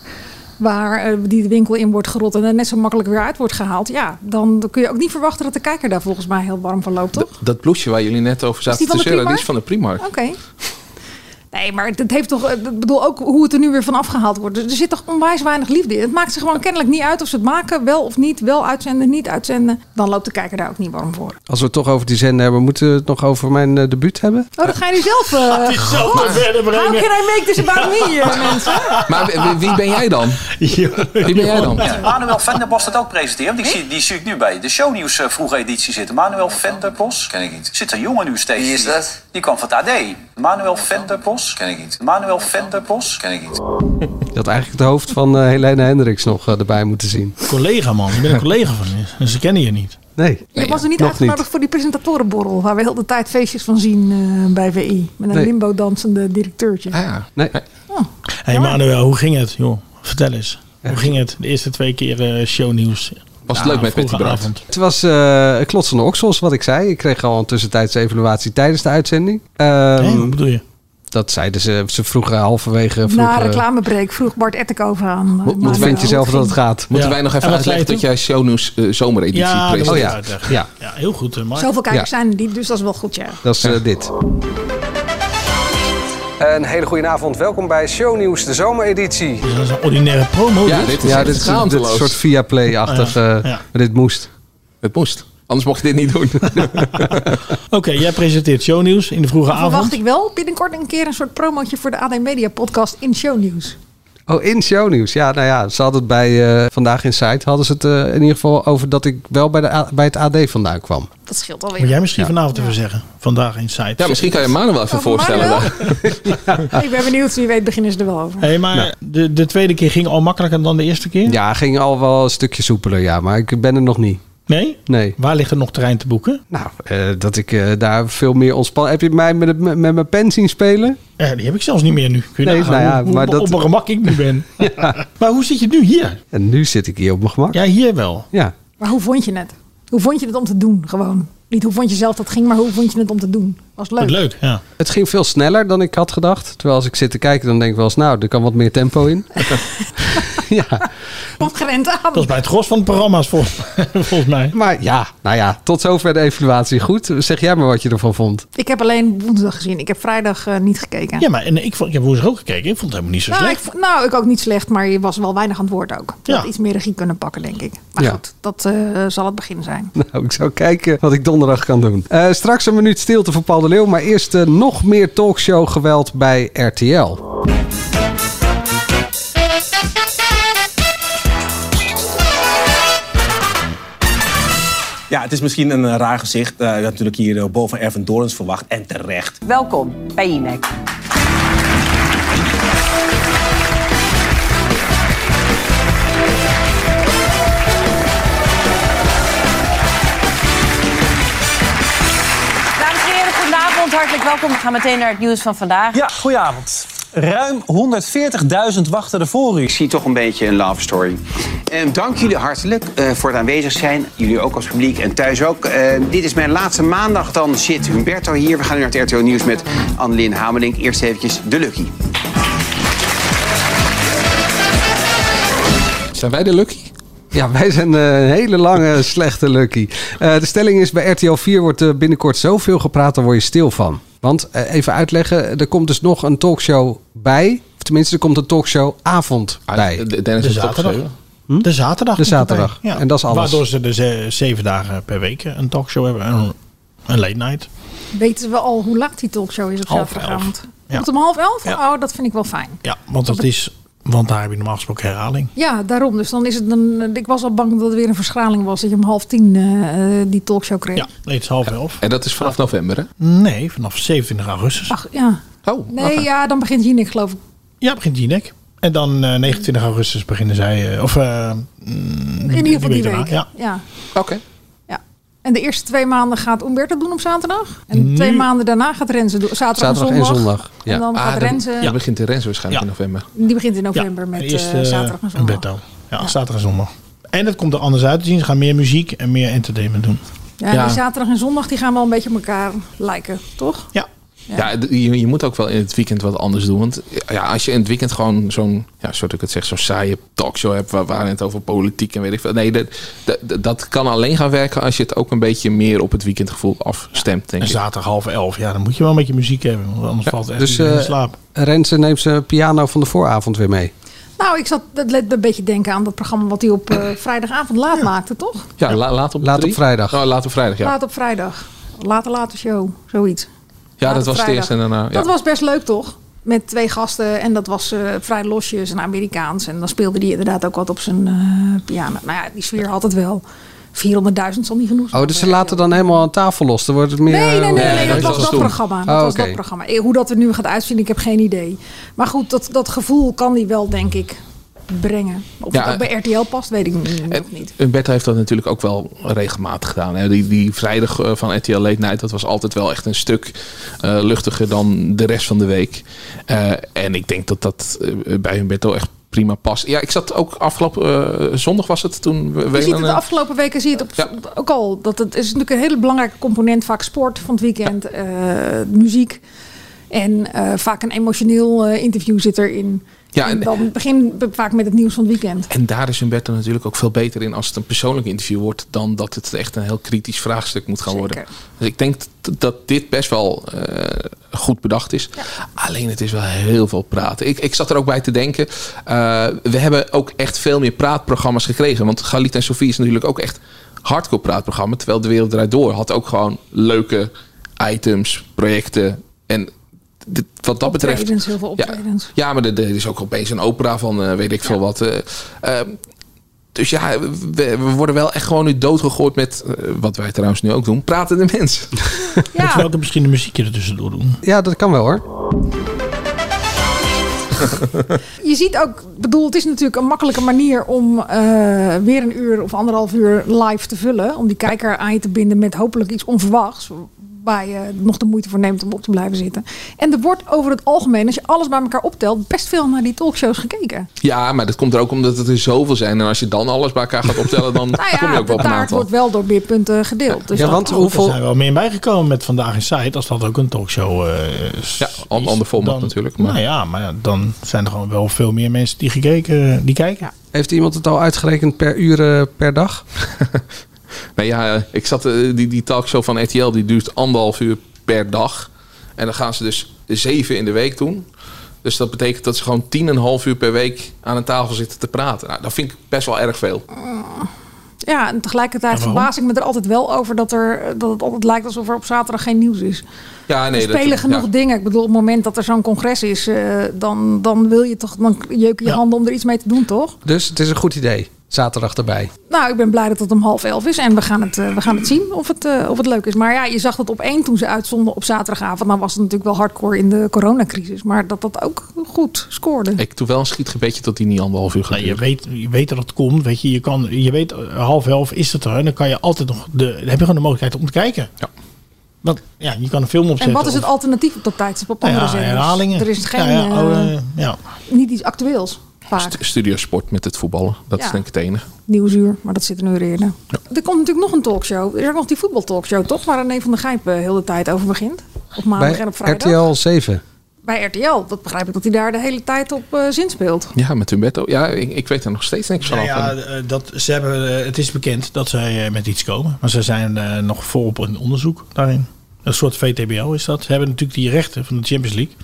Speaker 3: waar eh, die de winkel in wordt gerot en er net zo makkelijk weer uit wordt gehaald... ja, dan kun je ook niet verwachten dat de kijker daar volgens mij heel warm van loopt, toch?
Speaker 9: Dat bloesje waar jullie net over zaten
Speaker 3: die van
Speaker 9: te
Speaker 3: de
Speaker 9: zeuren,
Speaker 3: Primark?
Speaker 9: die is van de Primark.
Speaker 3: Oké. Nee, maar het heeft toch. eh, Ik bedoel ook hoe het er nu weer van afgehaald wordt. Er zit toch onwijs weinig liefde in. Het maakt ze gewoon kennelijk niet uit of ze het maken, wel of niet, wel uitzenden, niet uitzenden. Dan loopt de kijker daar ook niet warm voor.
Speaker 8: Als we het toch over die zender hebben, moeten we het nog over mijn eh, debuut hebben?
Speaker 3: Oh, dat ga je nu zelf. eh
Speaker 10: zelf
Speaker 3: God,
Speaker 10: maar verder Ah,
Speaker 3: (laughs)
Speaker 10: brengen.
Speaker 3: How can I make this about me, eh, mensen?
Speaker 9: Maar wie- wie ben jij dan?
Speaker 10: (laughs)
Speaker 9: Wie ben jij dan?
Speaker 4: Ja, Manuel Venderbos dat ook presenteren. Want ik zie, die zie ik nu bij de shownieuws eh, vroege editie zitten. Manuel Venderbos. Ken ik niet. Zit een jongen nu steeds. Wie is dat? Die kwam van het AD. Manuel Venderbos. Ken ik niet. Manuel Venderbos. Ken ik niet.
Speaker 8: Je had eigenlijk het hoofd van eh, Helena Hendricks nog eh, erbij moeten zien.
Speaker 10: Collega, man. Je bent een collega van je. En ze kennen je niet.
Speaker 8: Nee.
Speaker 3: Je was er niet
Speaker 8: nog
Speaker 3: uitgenodigd voor die presentatorenborrel, waar we heel de tijd feestjes van zien eh, bij VI. Met een
Speaker 10: Nee.
Speaker 3: limbo dansende directeurtje.
Speaker 8: Nee.
Speaker 10: hey, Manuel, hoe ging het? Joh, vertel eens. Hoe ging het? De eerste twee keer eh, shownieuws.
Speaker 9: Was het
Speaker 10: Ja,
Speaker 9: leuk met
Speaker 10: vroege
Speaker 9: Petty Braaf?
Speaker 10: avond.
Speaker 8: Het was eh klotsende oksels, wat ik zei. Ik kreeg al een tussentijdse evaluatie tijdens de uitzending. Ehm,
Speaker 10: wat bedoel je?
Speaker 8: Dat zeiden ze. Ze vroegen halverwege...
Speaker 3: Na
Speaker 8: vroegen-
Speaker 3: reclamebreek vroeg Bart Ettenkoven aan. eh,
Speaker 8: Moet- moet
Speaker 3: Manuel.
Speaker 8: vind je zelf dat het gaat?
Speaker 9: Moeten
Speaker 10: Ja.
Speaker 9: wij nog
Speaker 10: En
Speaker 9: even
Speaker 10: wat zei je
Speaker 9: uitleggen dat jij shownieuws eh, zomereditie
Speaker 10: Ja, dat Oh moet
Speaker 9: presenteert?
Speaker 10: ik uitleggen. Ja. heel goed, eh, Mark.
Speaker 3: Zoveel kijkers
Speaker 8: Ja.
Speaker 3: zijn er niet, dus dat is wel goed, ja.
Speaker 8: Dat is eh, dit. Een hele goede avond. Welkom bij Shownieuws, de zomereditie.
Speaker 10: Dat is een ordinaire promo. dus.
Speaker 9: Ja, dit
Speaker 8: dit is
Speaker 9: is echt
Speaker 8: een dit is een
Speaker 9: schaamteloos.
Speaker 8: soort Viaplay-achtig.
Speaker 10: Ja,
Speaker 8: eh,
Speaker 10: Ah, ja.
Speaker 8: maar Dit moest.
Speaker 9: Het moest. Anders mocht je dit niet
Speaker 10: (laughs)
Speaker 9: doen.
Speaker 10: Oké, jij presenteert shownieuws in de vroege
Speaker 3: Dan
Speaker 10: avond.
Speaker 3: verwacht ik wel binnenkort een keer een soort promotje voor de AD Media podcast in shownieuws.
Speaker 8: Oh, in shownieuws. Ja, nou ja, ze hadden het bij eh, Vandaag in Site. Hadden ze het eh, in ieder geval over dat ik wel bij, de, A- bij het AD vandaan kwam.
Speaker 3: Dat scheelt alweer.
Speaker 10: Moet jij misschien vanavond even zeggen. Vandaag in site.
Speaker 9: Ja, misschien kan je Manuel wel even
Speaker 3: Over
Speaker 9: voorstellen.
Speaker 3: Manuel? Ik ben benieuwd, wie weet beginnen ze er wel over.
Speaker 10: Hé, maar de, de tweede keer ging al makkelijker dan de eerste keer?
Speaker 8: Ja, ging al wel een stukje soepeler, ja. Maar ik ben er nog niet.
Speaker 10: Nee?
Speaker 8: Nee.
Speaker 10: Waar ligt er nog terrein te boeken?
Speaker 8: Nou, eh, dat ik eh, daar veel meer ontspannen... Heb je mij met, het- met, met mijn pen zien spelen?
Speaker 10: Eh, die heb ik zelfs niet meer nu. Kun je
Speaker 8: Nee,
Speaker 10: nagaan
Speaker 8: nou ja,
Speaker 10: hoe, hoe
Speaker 8: maar dat-
Speaker 10: op mijn gemak ik nu
Speaker 9: (laughs)
Speaker 10: ben. Maar hoe zit je nu hier?
Speaker 8: En nu zit ik hier op mijn gemak.
Speaker 10: Ja, hier wel.
Speaker 8: Ja.
Speaker 3: Maar hoe vond je het? Hoe vond je het om te doen, gewoon? Niet hoe vond je zelf dat ging, maar hoe vond je het om te doen? Was het leuk.
Speaker 10: Leuk, ja.
Speaker 8: Het ging veel sneller dan ik had gedacht. Terwijl als ik zit te kijken, dan denk ik wel eens... Nou, er kan wat meer tempo in. (laughs)
Speaker 3: Komt gerend aan.
Speaker 10: Dat is bij het gros van de programma's vol- (laughs) volgens mij.
Speaker 8: Maar ja, nou ja, tot zover de evaluatie. Goed, zeg jij maar wat je ervan vond.
Speaker 3: Ik heb alleen woensdag gezien. Ik heb vrijdag eh, niet gekeken.
Speaker 10: Ja, maar en ik, vond, ik heb woensdag ook gekeken. Ik vond het helemaal niet zo
Speaker 3: nou, ik,
Speaker 10: slecht.
Speaker 3: vond- nou, ik ook niet slecht, maar je was wel weinig aan het woord ook. Je
Speaker 10: Ja.
Speaker 3: had iets meer regie kunnen pakken, denk ik. Maar
Speaker 8: Ja.
Speaker 3: goed, dat eh, zal het begin zijn.
Speaker 8: (laughs) Nou, ik zou kijken wat ik donderdag kan doen. Eh, straks een minuut stilte voor Paul de Leeuw. Maar eerst eh, nog meer talkshow geweld bij RTL.
Speaker 15: Ja, het is misschien een eh, raar gezicht. Eh, je had natuurlijk hier eh, Bo van Erven Dorens verwacht. En terecht.
Speaker 11: Welkom bij INEC. Dames en heren, goedenavond. Hartelijk welkom. We gaan meteen naar het nieuws van vandaag.
Speaker 12: Ja, goedenavond. Ruim 140.000 wachten ervoor u.
Speaker 13: Ik zie toch een beetje een love story. En dank jullie hartelijk eh, voor het aanwezig zijn. Jullie ook als publiek en thuis ook. Eh, dit is mijn laatste maandag. Dan zit Humberto hier. We gaan nu naar het RTL Nieuws met Annelien Hamelink. Eerst eventjes de Lucky.
Speaker 9: Zijn wij de lucky?
Speaker 8: Ja, wij zijn eh, een hele lange, (laughs) slechte lucky. Eh, de stelling is, bij RTL 4 wordt eh, binnenkort zoveel gepraat, daar word je stil van. Want, eh, even uitleggen, er komt dus nog een talkshow bij. Of tenminste, er komt een talkshowavond bij.
Speaker 10: Ah, De zaterdag. De zaterdag.
Speaker 8: Hm? De
Speaker 10: is erbij.
Speaker 8: zaterdag.
Speaker 10: Ja.
Speaker 8: En dat is alles.
Speaker 10: Waardoor ze dus eh, zeven dagen per week eh, een talkshow hebben. en Een, een late night.
Speaker 3: Weten we al hoe laat die talkshow is op
Speaker 10: Half
Speaker 3: zaterdagavond?
Speaker 10: elf. Ja.
Speaker 3: Komt om half elf?
Speaker 10: Ja.
Speaker 3: Oh, dat vind ik wel fijn.
Speaker 10: Ja, want dat is Want daar heb je normaal gesproken herhaling.
Speaker 3: Ja, daarom. Dus dan is het een. Ik was al bang dat het weer een verschraling was. Dat je om half tien eh, eh, die talkshow kreeg. Ja.
Speaker 10: Nee, het is half elf.
Speaker 9: En dat is vanaf november, hè?
Speaker 10: Nee, vanaf 27 augustus.
Speaker 3: Ach, ja.
Speaker 9: Oh,
Speaker 3: nee, ja, dan begint Jinek, geloof ik.
Speaker 10: Ja, begint Jinek. En dan eh, 29 augustus beginnen zij. eh, of eh, mm,
Speaker 3: In ieder geval die
Speaker 10: daarna,
Speaker 3: week.
Speaker 10: Ja.
Speaker 9: Oké.
Speaker 3: Ja. En de eerste twee maanden gaat Umberto doen op zaterdag. En
Speaker 9: Nu-
Speaker 3: twee maanden daarna gaat Renze doen. Zaterdag, en zondag. En dan gaat Renze.
Speaker 9: Ah, Dan begint de Renze waarschijnlijk in november.
Speaker 3: Die begint in november met
Speaker 10: Eerst
Speaker 3: eh,
Speaker 10: eh,
Speaker 3: zaterdag en zondag.
Speaker 10: Umberto. Ja, zaterdag en zondag. En het komt er anders uit te zien. Ze gaan meer muziek en meer entertainment doen.
Speaker 3: Ja, die zaterdag en zondag die gaan wel een beetje op elkaar lijken, toch?
Speaker 10: Ja.
Speaker 9: Ja, d- je, je moet ook wel in het weekend wat anders doen. Want ja, als je in het weekend gewoon zo'n, ja, zoals ik het zeg, zo'n saaie talkshow hebt waar, waarin het over politiek en weet ik veel. Nee, dat, dat, dat kan alleen gaan werken als je het ook een beetje meer op het weekendgevoel afstemt. Denk
Speaker 10: En
Speaker 9: ik.
Speaker 10: zaterdag half elf. Ja, dan moet je wel een beetje muziek hebben. Want anders valt echt
Speaker 8: Dus
Speaker 10: iedereen in
Speaker 8: eh
Speaker 10: slaap.
Speaker 8: Renze neemt zijn piano van de vooravond weer mee.
Speaker 3: Nou, ik zat dat let een beetje denken aan dat programma wat hij op eh, vrijdagavond laat maakte, toch?
Speaker 9: Ja, la- laat op
Speaker 8: Laat
Speaker 9: drie?
Speaker 8: op vrijdag.
Speaker 9: Oh, laat op vrijdag, ja.
Speaker 3: Laat op vrijdag. Later, later show. Zoiets.
Speaker 9: ja,
Speaker 3: Laat
Speaker 9: dat
Speaker 3: op
Speaker 9: was het
Speaker 3: vrijdag.
Speaker 9: eerste en daarna. Ja.
Speaker 3: Dat was best leuk, toch? Met twee gasten en dat was eh, vrij losjes en Amerikaans. En dan speelde hij inderdaad ook wat op zijn eh, piano. Nou ja, die sfeer had het wel. 400.000 zal niet genoeg zijn.
Speaker 8: Oh, dus ze laten dan helemaal aan tafel los. Dan wordt het meer...
Speaker 3: Nee,
Speaker 9: oh,
Speaker 3: nee, nee, nee,
Speaker 8: eh,
Speaker 3: dat was dat
Speaker 8: doen.
Speaker 3: programma. Dat
Speaker 8: Oh,
Speaker 3: was dat
Speaker 8: oké.
Speaker 3: programma. Eh, Hoe dat er nu gaat uitzien, ik heb geen idee. Maar goed, dat, dat gevoel kan hij wel, denk ik, brengen. Of
Speaker 9: Ja, eh,
Speaker 3: het ook bij RTL past, weet ik n- nog niet.
Speaker 9: Umberto eh, heeft dat natuurlijk ook wel regelmatig gedaan. Hè. Die, die vrijdag eh, van RTL Late Night, dat was altijd wel echt een stuk eh, luchtiger dan de rest van de week. Eh, en ik denk dat dat eh, bij Humberto echt prima past. Ja, ik zat ook afgelopen eh, zondag was het toen. we-
Speaker 3: Je
Speaker 9: Welan,
Speaker 3: ziet het de
Speaker 9: eh,
Speaker 3: afgelopen weken zie je het op, ook al. Dat het is natuurlijk een hele belangrijke component, vaak sport van het weekend, eh, muziek. En eh, vaak een emotioneel eh, interview zit erin.
Speaker 9: Ja,
Speaker 3: en,
Speaker 9: en-
Speaker 3: dan begin we vaak met het nieuws van het weekend.
Speaker 9: En daar is Humberto natuurlijk ook veel beter in als het een persoonlijk interview wordt, dan dat het echt een heel kritisch vraagstuk moet gaan worden. Dus ik denk t- dat dit best wel eh, goed bedacht is. Alleen het is wel heel veel praten. Ik, ik zat er ook bij te denken, eh, we hebben ook echt veel meer praatprogramma's gekregen. Want Galit en Sofie is natuurlijk ook echt hardcore praatprogramma. Terwijl De Wereld Draait Door had ook gewoon leuke items, projecten. En dit- wat dat betreft...
Speaker 3: Optredens, heel veel
Speaker 9: Ja.
Speaker 3: optredens.
Speaker 9: Ja, maar er, er is ook opeens een opera van eh, weet ik veel wat. eh. Ehm, dus ja, we, we worden wel echt gewoon nu doodgegooid met, eh, wat wij trouwens nu ook doen, pratende
Speaker 3: (laughs)
Speaker 9: mensen.
Speaker 10: Moeten we ook misschien een muziekje ertussendoor doen?
Speaker 8: Ja, dat kan wel hoor.
Speaker 3: Je ziet ook, bedoel, het is natuurlijk een makkelijke manier om eh, weer een uur of anderhalf uur live te vullen. Om die kijker aan je te binden met hopelijk iets onverwachts. Waar je nog de moeite voor neemt om op te blijven zitten. En er wordt over het algemeen, als je alles bij elkaar optelt, best veel naar die talkshows
Speaker 9: (laughs)
Speaker 3: gekeken.
Speaker 9: ja, maar dat komt er ook omdat het er zoveel zijn. En als je dan alles bij elkaar gaat
Speaker 3: (laughs)
Speaker 9: optellen, dan kom je
Speaker 3: Nou
Speaker 9: ook
Speaker 3: de
Speaker 9: wel op een
Speaker 3: taart
Speaker 9: aantal.
Speaker 3: wordt
Speaker 9: (laughs)
Speaker 3: wel door meer punten gedeeld. Dus dat-
Speaker 10: Goed, Er zijn wel meer bijgekomen met Vandaag in Sight. Als dat ook een talkshow eh, is. Ja,
Speaker 9: ander format natuurlijk, maar-
Speaker 10: Nou ja, maar ja, dan zijn er gewoon wel veel meer mensen die, gekeken, eh, die kijken.
Speaker 8: Heeft iemand het al uitgerekend per uren per dag?
Speaker 9: Nou ja, eh, ik zat, eh, die, die talkshow van RTL, die duurt anderhalf uur per dag. En dan gaan ze dus zeven in de week doen. Dus dat betekent dat ze gewoon tien en een half uur per week aan een tafel zitten te praten. Nou, dat vind ik best wel erg veel.
Speaker 3: Ja, en tegelijkertijd
Speaker 9: En waarom?
Speaker 3: verbaas ik me er altijd wel over dat, er, dat het altijd lijkt alsof er op zaterdag geen nieuws is.
Speaker 9: Ja, nee,
Speaker 3: er spelen
Speaker 9: dat-
Speaker 3: genoeg
Speaker 9: ja.
Speaker 3: dingen. Ik bedoel, op het moment dat er zo'n congres is, eh, dan, dan wil je toch, dan jeuken je handen om er iets mee te doen, toch?
Speaker 8: Dus het is een goed idee. Zaterdag erbij.
Speaker 3: Nou, ik ben blij dat het om half elf is en we gaan het, eh, we gaan het zien of het, eh, of het leuk is. Maar ja, je zag dat op één toen ze uitzonden op zaterdagavond. Nou was het natuurlijk wel hardcore in de coronacrisis, maar dat dat ook goed scoorde.
Speaker 9: Ik doe wel een schietgebedje dat die niet anderhalf uur gaat
Speaker 10: Nou, je,
Speaker 9: duren.
Speaker 10: weet, je weet dat het komt. Weet je, je, kan, je weet, eh, half elf is het er. En dan kan je altijd nog de, dan heb je gewoon de mogelijkheid om te kijken.
Speaker 9: Ja.
Speaker 10: Want ja, je kan een film opzetten.
Speaker 3: En wat is het
Speaker 10: of-
Speaker 3: alternatief op dat tijdstip op
Speaker 10: Nou ja,
Speaker 3: andere zenders?
Speaker 10: herhalingen.
Speaker 3: Er is geen,
Speaker 10: Ja, ja, oh,
Speaker 3: eh,
Speaker 10: eh, ja.
Speaker 3: niet iets actueels vaak.
Speaker 9: Studiosport met het voetballen. Dat
Speaker 3: Ja.
Speaker 9: is denk ik het enige.
Speaker 3: Nieuwsuur, maar dat zit een uur eerder. Er komt natuurlijk nog een talkshow. Er is ook nog die voetbaltalkshow, toch? Waar René van der Gijp eh, heel de tijd over begint. Op maandag
Speaker 8: Bij
Speaker 3: en op vrijdag.
Speaker 8: RTL 7.
Speaker 3: Bij RTL. Dat begrijp ik dat hij daar de hele tijd op eh zin speelt.
Speaker 9: Ja, met Humberto. Ja, ik, ik weet er nog steeds niks van.
Speaker 10: Nou
Speaker 9: af.
Speaker 10: ja, eh, dat, ze hebben, eh, het is bekend dat zij eh, met iets komen. Maar ze zijn eh, nog volop in onderzoek daarin. Een soort VTBO is dat. Ze hebben natuurlijk die rechten van de Champions League.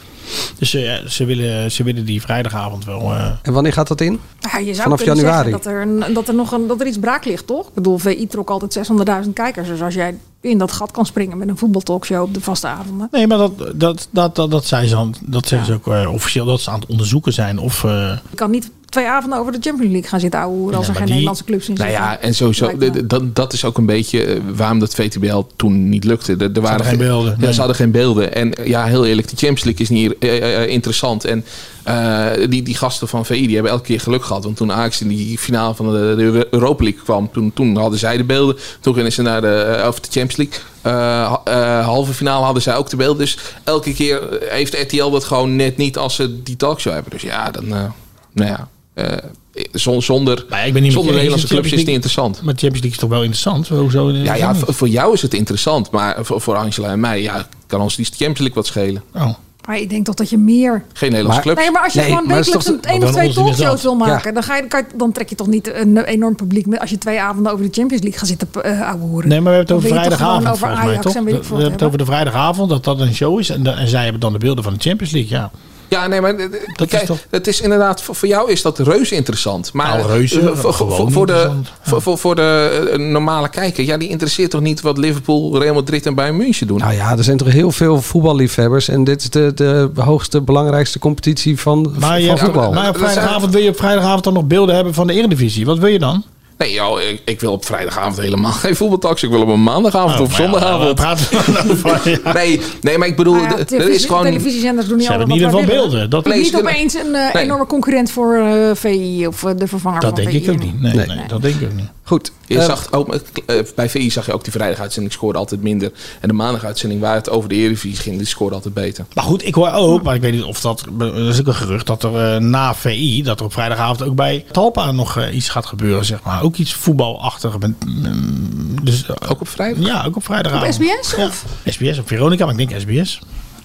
Speaker 10: Dus eh, ze, willen, ze willen die vrijdagavond wel... eh,
Speaker 8: En wanneer gaat dat in?
Speaker 3: Nou Ja, je zou
Speaker 10: Vanaf
Speaker 3: kunnen
Speaker 10: januari.
Speaker 3: zeggen dat er, een- dat, er nog een, dat er iets braak ligt, toch? Ik bedoel, VI trok altijd 600.000 kijkers. Dus als jij in dat gat kan springen met een voetbaltalkshow op de vaste avonden.
Speaker 10: Nee, maar dat, dat, dat, dat, dat, zijn ze aan, dat zeggen ze ook eh, officieel dat ze aan het onderzoeken zijn. Of, eh,
Speaker 3: Je kan niet twee avonden over de Champions League gaan zitten ouwehoeren... als
Speaker 10: Ja,
Speaker 3: er geen
Speaker 10: maar die-
Speaker 3: Nederlandse clubs in
Speaker 9: Nou
Speaker 3: zitten.
Speaker 9: ja, en sowieso,
Speaker 3: Lijkt me.
Speaker 9: d- d- dat, dat is ook een beetje eh, waarom dat VTBL toen niet lukte. Er, er waren
Speaker 10: hadden geen beelden,
Speaker 9: Ja,
Speaker 10: nee.
Speaker 9: ze hadden geen beelden. En eh, ja, heel eerlijk, die Champions League is niet eh, eh, eh, interessant. En eh, die, die gasten van VI die hebben elke keer geluk gehad. Want toen Ajax in die finale van de, de Euro- Europa League kwam, toen, toen hadden zij de beelden. Toen gingen ze naar de, eh, of de Champions League. eh, ha- eh, halve finale hadden zij ook de beelden. Dus elke keer heeft RTL dat gewoon net niet als ze die talkshow hebben. Dus ja, dan, eh, nou ja. eh, zon- zonder
Speaker 10: Nou ik ben niet met je eens,
Speaker 9: zonder Nederlandse
Speaker 10: de
Speaker 9: clubs is het
Speaker 10: Champions League-
Speaker 9: interessant.
Speaker 10: Maar de Champions League is toch wel interessant? Hoezo?
Speaker 9: Ja, ja voor, voor jou is het interessant, maar voor, voor Angela en mij ja, kan ons die Champions League wat schelen.
Speaker 10: Oh.
Speaker 3: Maar ik denk toch dat je meer...
Speaker 9: Geen Nederlandse clubs.
Speaker 3: Nee, maar als je gewoon wekelijks een één of twee talkshows wil maken...
Speaker 9: Ja.
Speaker 3: Dan, ga je, kan je- dan trek je toch niet een enorm publiek... met- als je twee avonden over de Champions League gaat zitten eh ouwehoeren.
Speaker 10: Nee, maar we hebben het
Speaker 3: Dan
Speaker 10: over
Speaker 3: wil je toch gewoon
Speaker 10: vrijdagavond.
Speaker 3: over
Speaker 10: volgens mij,
Speaker 3: Ajax
Speaker 10: toch?
Speaker 3: en weet ik
Speaker 10: we
Speaker 3: veel wat
Speaker 10: we hebben het over de vrijdagavond, dat dat een show is. En, da- en zij hebben dan de beelden van de Champions League. Ja.
Speaker 9: Ja, nee, maar dat kijk,
Speaker 10: is toch-
Speaker 9: het is inderdaad, voor, voor jou is dat reuze interessant. Maar
Speaker 10: Nou, reuze,
Speaker 9: eh, voor,
Speaker 10: gewoon
Speaker 9: voor, voor de,
Speaker 10: interessant.
Speaker 9: voor, voor, voor de eh, normale kijker, ja, die interesseert toch niet wat Liverpool, Real Madrid en Bayern München doen?
Speaker 8: Nou ja, er zijn toch heel veel voetballiefhebbers. En dit is de, de hoogste, belangrijkste competitie van,
Speaker 10: Maar, je,
Speaker 8: van voetbal.
Speaker 10: maar op vrijdagavond wil je op vrijdagavond dan nog beelden hebben van de Eredivisie. Wat wil je dan?
Speaker 9: Nee, joh, ik, ik wil op vrijdagavond helemaal (laughs) geen voetbaltax. Ik wil op een maandagavond
Speaker 10: Oh,
Speaker 9: of
Speaker 10: maar ja,
Speaker 9: zondagavond.
Speaker 10: waar praten we nou over?
Speaker 9: (laughs)
Speaker 10: Ja.
Speaker 9: nee, nee, maar ik bedoel,
Speaker 3: Nou ja,
Speaker 9: d- er
Speaker 3: televisie-
Speaker 9: is gewoon...
Speaker 3: televisiezenders doen niet
Speaker 9: Ze
Speaker 3: allemaal
Speaker 9: hebben in
Speaker 3: wat
Speaker 9: ieder
Speaker 3: wij
Speaker 9: geval
Speaker 3: willen.
Speaker 9: beelden. Dat-
Speaker 3: Het is niet
Speaker 9: Nee.
Speaker 3: opeens een eh,
Speaker 9: Nee.
Speaker 3: enorme concurrent voor eh, VI of eh, de vervanger
Speaker 9: Dat
Speaker 3: van
Speaker 9: denk
Speaker 3: VI.
Speaker 9: ik ook niet.
Speaker 10: Nee,
Speaker 9: Nee.
Speaker 10: nee. dat denk ik ook niet.
Speaker 8: Goed.
Speaker 9: Je
Speaker 10: Eh,
Speaker 9: zag ook, eh, bij VI zag je ook die vrijdaguitzending scoorde altijd minder. En de maandaguitzending waar het over de Eredivisie ging, die scoorde altijd beter.
Speaker 10: Maar goed, ik hoor ook, maar ik weet niet of dat. Dat is ook een gerucht dat er eh, na VI, dat er op vrijdagavond ook bij Talpa nog eh, iets gaat gebeuren, zeg maar. Ook iets voetbalachtig. Met, mm, dus,
Speaker 9: ook op vrijdag?
Speaker 10: Ja, ook op vrijdagavond.
Speaker 3: Op SBS?
Speaker 10: Nou, Ja.
Speaker 3: Of?
Speaker 10: SBS op Veronica, maar ik denk SBS.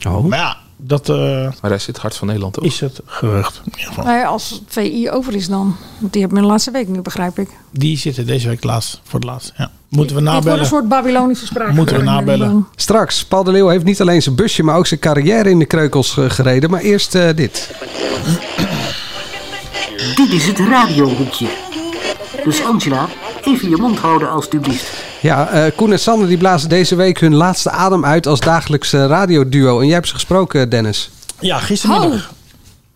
Speaker 8: Oh.
Speaker 10: Maar ja, dat eh,
Speaker 9: Maar daar zit het hart van Nederland toch?
Speaker 10: is het gerucht.
Speaker 3: Nou ja, als VI over is dan. Want die hebben we in de laatste week nu, begrijp ik.
Speaker 10: Die zitten deze week laatst, voor het laatst. Ja. Moeten we
Speaker 3: Dit wordt een
Speaker 10: nabellen?
Speaker 3: soort Babylonische spraak.
Speaker 8: Straks, Paul de Leeuw heeft niet alleen zijn busje, maar ook zijn carrière in de kreukels eh, gereden. Maar eerst eh, dit.
Speaker 16: Dit is het radiohoekje. Dus Angela, even je mond houden alstublieft.
Speaker 8: Ja, eh, Koen en Sander die blazen deze week hun laatste adem uit als dagelijkse radioduo. En jij hebt ze gesproken, Dennis.
Speaker 10: Ja,
Speaker 3: Oh.
Speaker 10: gistermiddag.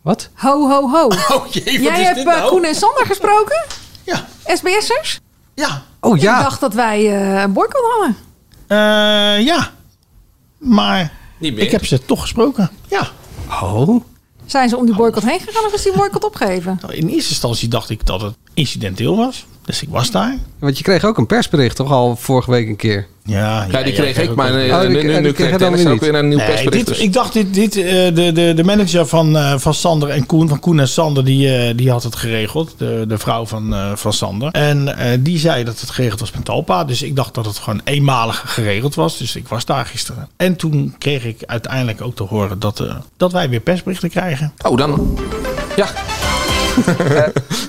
Speaker 8: Wat?
Speaker 3: Ho, ho,
Speaker 9: (laughs)
Speaker 3: ho.
Speaker 9: Oh,
Speaker 3: Jij
Speaker 10: is
Speaker 3: hebt
Speaker 10: dit
Speaker 3: eh,
Speaker 10: nou?
Speaker 3: Koen en Sander gesproken? Ja. SBS'ers?
Speaker 10: Ja.
Speaker 8: Oh ja.
Speaker 3: Ik dacht dat wij eh, een boycott hadden.
Speaker 10: Eh, ja, maar ik heb ze toch gesproken. Ja.
Speaker 8: Oh.
Speaker 3: Zijn ze om die boycott heen gegaan of is die boycott opgegeven?
Speaker 10: Nou, In eerste instantie dacht ik dat het incidenteel was. Dus ik was daar.
Speaker 8: Want je kreeg ook een persbericht toch al vorige week een keer?
Speaker 10: Ja,
Speaker 9: Ja, die kreeg ik, maar
Speaker 8: ook-
Speaker 9: eh,
Speaker 8: Oh, die-
Speaker 9: nu-
Speaker 8: die
Speaker 9: nu- nu
Speaker 8: kreeg
Speaker 9: kreeg
Speaker 8: je dan
Speaker 9: Dennis
Speaker 8: weer
Speaker 9: ook
Speaker 8: niet.
Speaker 9: weer een nieuw
Speaker 10: Nee,
Speaker 9: persbericht.
Speaker 10: dit,
Speaker 9: dus-
Speaker 10: ik dacht, dit, dit, eh, de, de, de manager van, eh, van Sander en Koen, van Koen en Sander, die, eh, die had het geregeld. De, de vrouw van, eh, van Sander. En eh, die zei dat het geregeld was met Talpa. Dus ik dacht dat het gewoon eenmalig geregeld was. Dus ik was daar gisteren. En toen kreeg ik uiteindelijk ook te horen dat, eh, dat wij weer persberichten krijgen.
Speaker 9: Oh, dan. Ja.